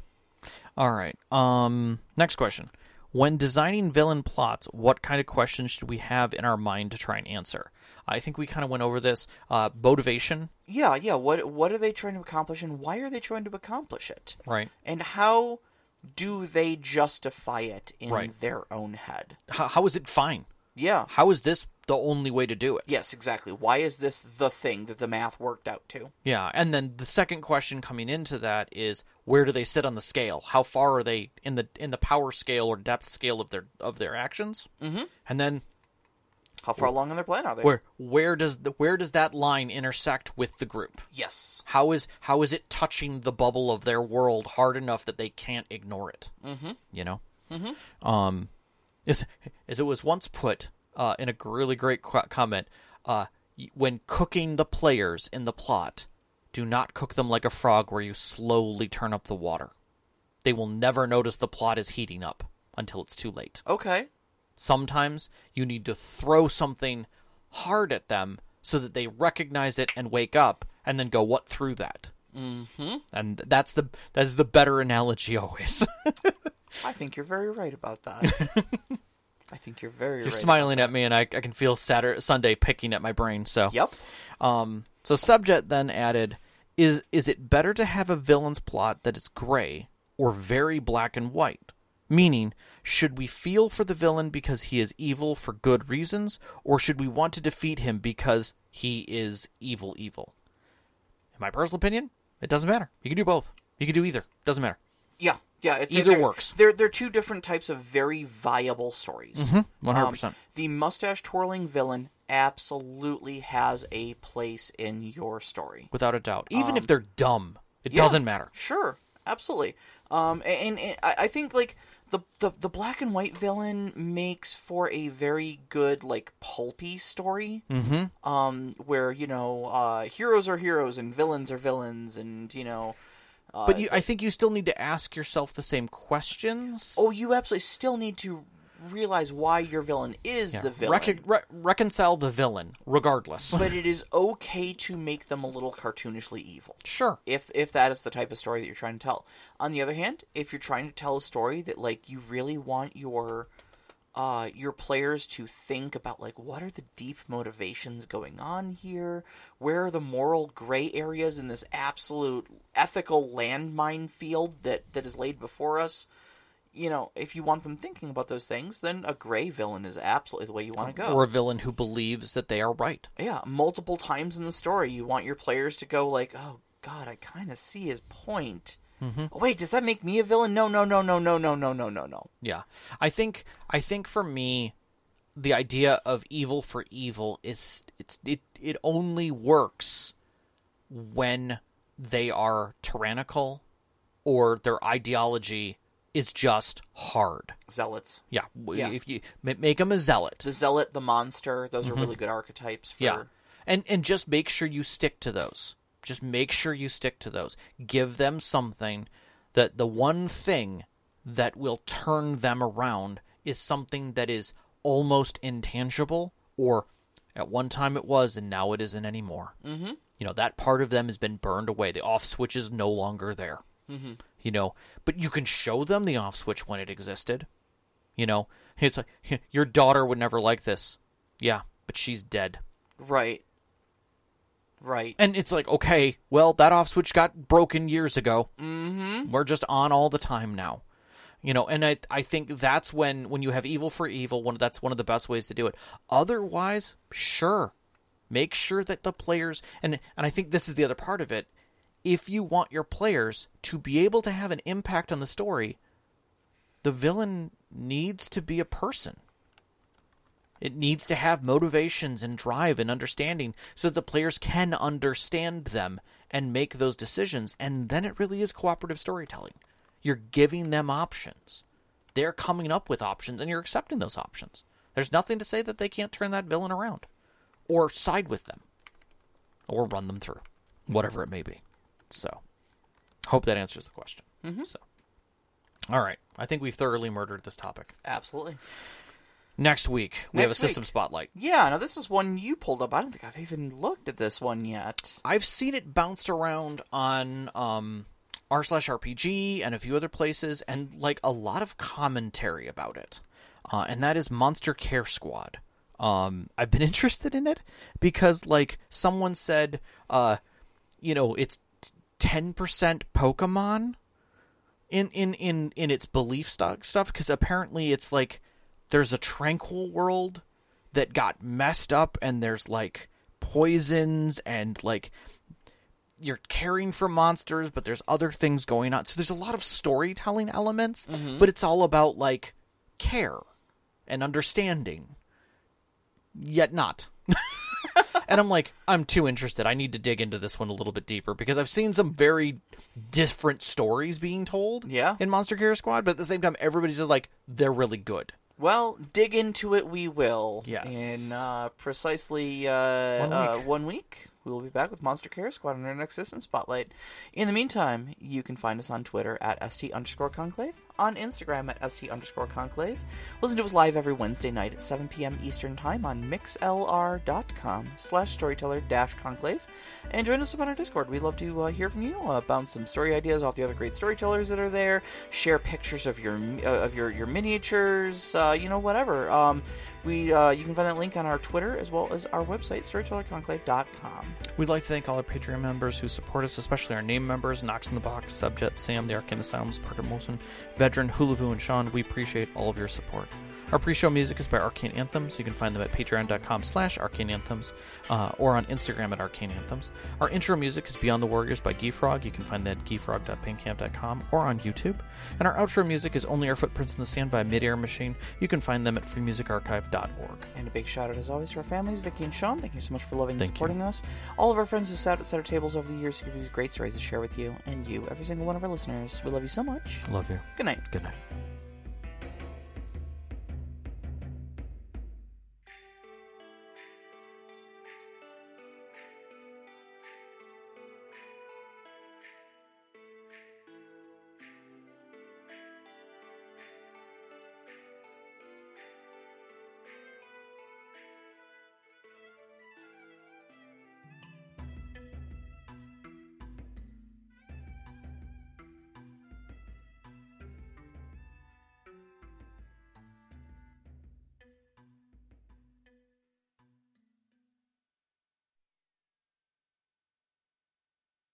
Speaker 2: All right. Um. Next question. When designing villain plots, what kind of questions should we have in our mind to try and answer? I think we kind of went over this. Uh, motivation,
Speaker 1: Yeah, yeah. What what are they trying to accomplish, and why are they trying to accomplish it?
Speaker 2: right?
Speaker 1: And how do they justify it in
Speaker 2: Right.
Speaker 1: their own head?
Speaker 2: How, how is it fine?
Speaker 1: Yeah.
Speaker 2: How is this the only way to do it?
Speaker 1: Yes, exactly. Why is this the thing that the math worked out to?
Speaker 2: Yeah. And then the second question coming into that is, where do they sit on the scale? How far are they in the in the power scale or depth scale of their of their actions? Mm-hmm. And then
Speaker 1: How far along in their plan are they?
Speaker 2: where where does the, where does that line intersect with the group?
Speaker 1: Yes.
Speaker 2: How is how is it touching the bubble of their world hard enough that they can't ignore it? Mm-hmm. You know, mm-hmm. um, as, as it was once put uh, in a g- really great qu- comment, uh, y- when cooking the players in the plot, do not cook them like a frog, where you slowly turn up the water. They will never notice the plot is heating up until it's too late.
Speaker 1: Okay.
Speaker 2: Sometimes you need to throw something hard at them so that they recognize it and wake up and then go, what through that? Mm-hmm. And that's the that is the better analogy always.
Speaker 1: I think you're very right about that. I think you're very
Speaker 2: You're
Speaker 1: right.
Speaker 2: smiling at me and I, I can feel Saturday, Sunday picking at my brain. So
Speaker 1: Yep.
Speaker 2: Um, so subject then added, is is it better to have a villain's plot that is gray or very black and white? Meaning, should we feel for the villain because he is evil for good reasons, or should we want to defeat him because he is evil evil? In my personal opinion, it doesn't matter. You can do both. You can do either. Doesn't matter.
Speaker 1: Yeah, yeah. It's,
Speaker 2: Either
Speaker 1: they're-
Speaker 2: works.
Speaker 1: They're they're two different types of very viable stories.
Speaker 2: Mm-hmm.
Speaker 1: Um,
Speaker 2: One hundred percent.
Speaker 1: The mustache twirling villain absolutely has a place in your story.
Speaker 2: Without a doubt. Even if they're dumb. It doesn't matter.
Speaker 1: Sure, absolutely. Um, and, and I, I think like the, the the black and white villain makes for a very good like pulpy story. Mm-hmm. Um, where you know uh, heroes are heroes and villains are villains, and you know. Uh,
Speaker 2: But you, I think you still need to ask yourself the same questions.
Speaker 1: oh, you absolutely still need to realize why your villain is the villain.
Speaker 2: Recon- re- reconcile the villain, regardless.
Speaker 1: but it is okay to make them a little cartoonishly evil
Speaker 2: sure.
Speaker 1: if if that is the type of story that you're trying to tell on the other hand if you're trying to tell a story that like you really want your uh, your players to think about like what are the deep motivations going on here where are the moral gray areas in this absolute ethical landmine field that that is laid before us you know, if you want them thinking about those things, then a gray villain is absolutely the way you want to go.
Speaker 2: Or a villain who believes that they are right.
Speaker 1: yeah, multiple times in the story, you want your players to go like, "Oh God, I kind of see his point."
Speaker 2: Mm-hmm.
Speaker 1: Oh, wait, does that make me a villain? No, no, no, no, no, no, no, no, no, no.
Speaker 2: Yeah. I think I think for me the idea of evil for evil is it's it it only works when they are tyrannical or their ideology is just hard.
Speaker 1: Zealots,
Speaker 2: Yeah. w-
Speaker 1: Yeah.
Speaker 2: If you ma- make them a zealot.
Speaker 1: the zealot, the monster. Those are really good archetypes. For...
Speaker 2: Mm-hmm. Yeah. And and just make sure you stick to those. Just make sure you stick to those. Give them something that the one thing that will turn them around is something that is almost intangible or at one time it was and now it isn't anymore. Mm-hmm. You know, that part of them has been burned away. The off switch is no longer there. Mm-hmm. You know, but you can show them the off switch when it existed. You know, it's like, your daughter would never like this. Yeah, but she's dead.
Speaker 1: Right. Right.
Speaker 2: And it's like, okay, well, that off switch got broken years ago. Mm-hmm. We're just on all the time now. You know, and I I think that's when when you have evil for evil, one that's one of the best ways to do it. Otherwise, sure. Make sure that the players and and I think this is the other part of it. If you want your players to be able to have an impact on the story, the villain needs to be a person. It needs to have motivations and drive and understanding so that the players can understand them and make those decisions. And then it really is cooperative storytelling. You're giving them options. They're coming up with options and you're accepting those options. There's nothing to say that they can't turn that villain around or side with them or run them through, whatever it may be. So, hope that answers the question.
Speaker 1: Mm-hmm.
Speaker 2: So, all right. I think we've thoroughly murdered this topic.
Speaker 1: Absolutely.
Speaker 2: Next week, we have a
Speaker 1: Next
Speaker 2: system
Speaker 1: week.
Speaker 2: spotlight.
Speaker 1: Yeah. Now this is one you pulled up. I don't think I've even looked at this one yet.
Speaker 2: I've seen it bounced around on um, r slash RPG and a few other places, and like a lot of commentary about it. Uh, and that is Monster Care Squad. Um, I've been interested in it because like someone said, uh, you know, it's ten percent Pokemon in in in in its belief stock stuff because apparently it's like there's a tranquil world that got messed up and there's like poisons and like you're caring for monsters but there's other things going on so there's a lot of storytelling elements but it's all about like care and understanding yet not and i'm like i'm too interested i need to dig into this one a little bit deeper because i've seen some very different stories being told
Speaker 1: Yeah.
Speaker 2: in monster care squad but at the same time everybody's just like they're really good
Speaker 1: Well, dig into it we will.
Speaker 2: Yes.
Speaker 1: In uh, precisely uh,
Speaker 2: One
Speaker 1: uh,
Speaker 2: week.
Speaker 1: one week, we will be back with Monster Care Squad on our next System Spotlight. In the meantime, you can find us on Twitter at st underscore conclave, on Instagram at st underscore conclave. Listen to us live every Wednesday night at 7 p.m. Eastern Time on mixlr.com slash storyteller dash conclave. And join us up on our Discord. We'd love to uh, hear from you, uh, bounce some story ideas off the other great storytellers that are there, share pictures of your uh, of your your miniatures, uh, you know, whatever. Um, we uh, you can find that link on our Twitter as well as our website storytellerconclave.com.
Speaker 2: We'd like to thank all our Patreon members who support us, especially our name members, Knox in the Box, Subjet, Sam, the Arcane Asylums, Parker Molson, Veteran, Hulavu, and Sean. We appreciate all of your support. Our pre-show music is by Arcane Anthems. You can find them at patreon.com slash arcane anthems uh, or on Instagram at arcane anthems. Our intro music is Beyond the Warriors by Geefrog. You can find that at geefrog.bandcamp.com or on YouTube. And our outro music is Only Our Footprints in the Sand by Midair Machine. You can find them at freemusicarchive.org.
Speaker 1: And a big shout out, as always, to our families, Vicky and Sean. Thank you so much for loving and
Speaker 2: Thank
Speaker 1: supporting us. All of our friends who sat at center tables over the years to give these great stories to share with you and you, every single one of our listeners. We love you so much.
Speaker 2: Love you.
Speaker 1: Good night.
Speaker 2: Good night.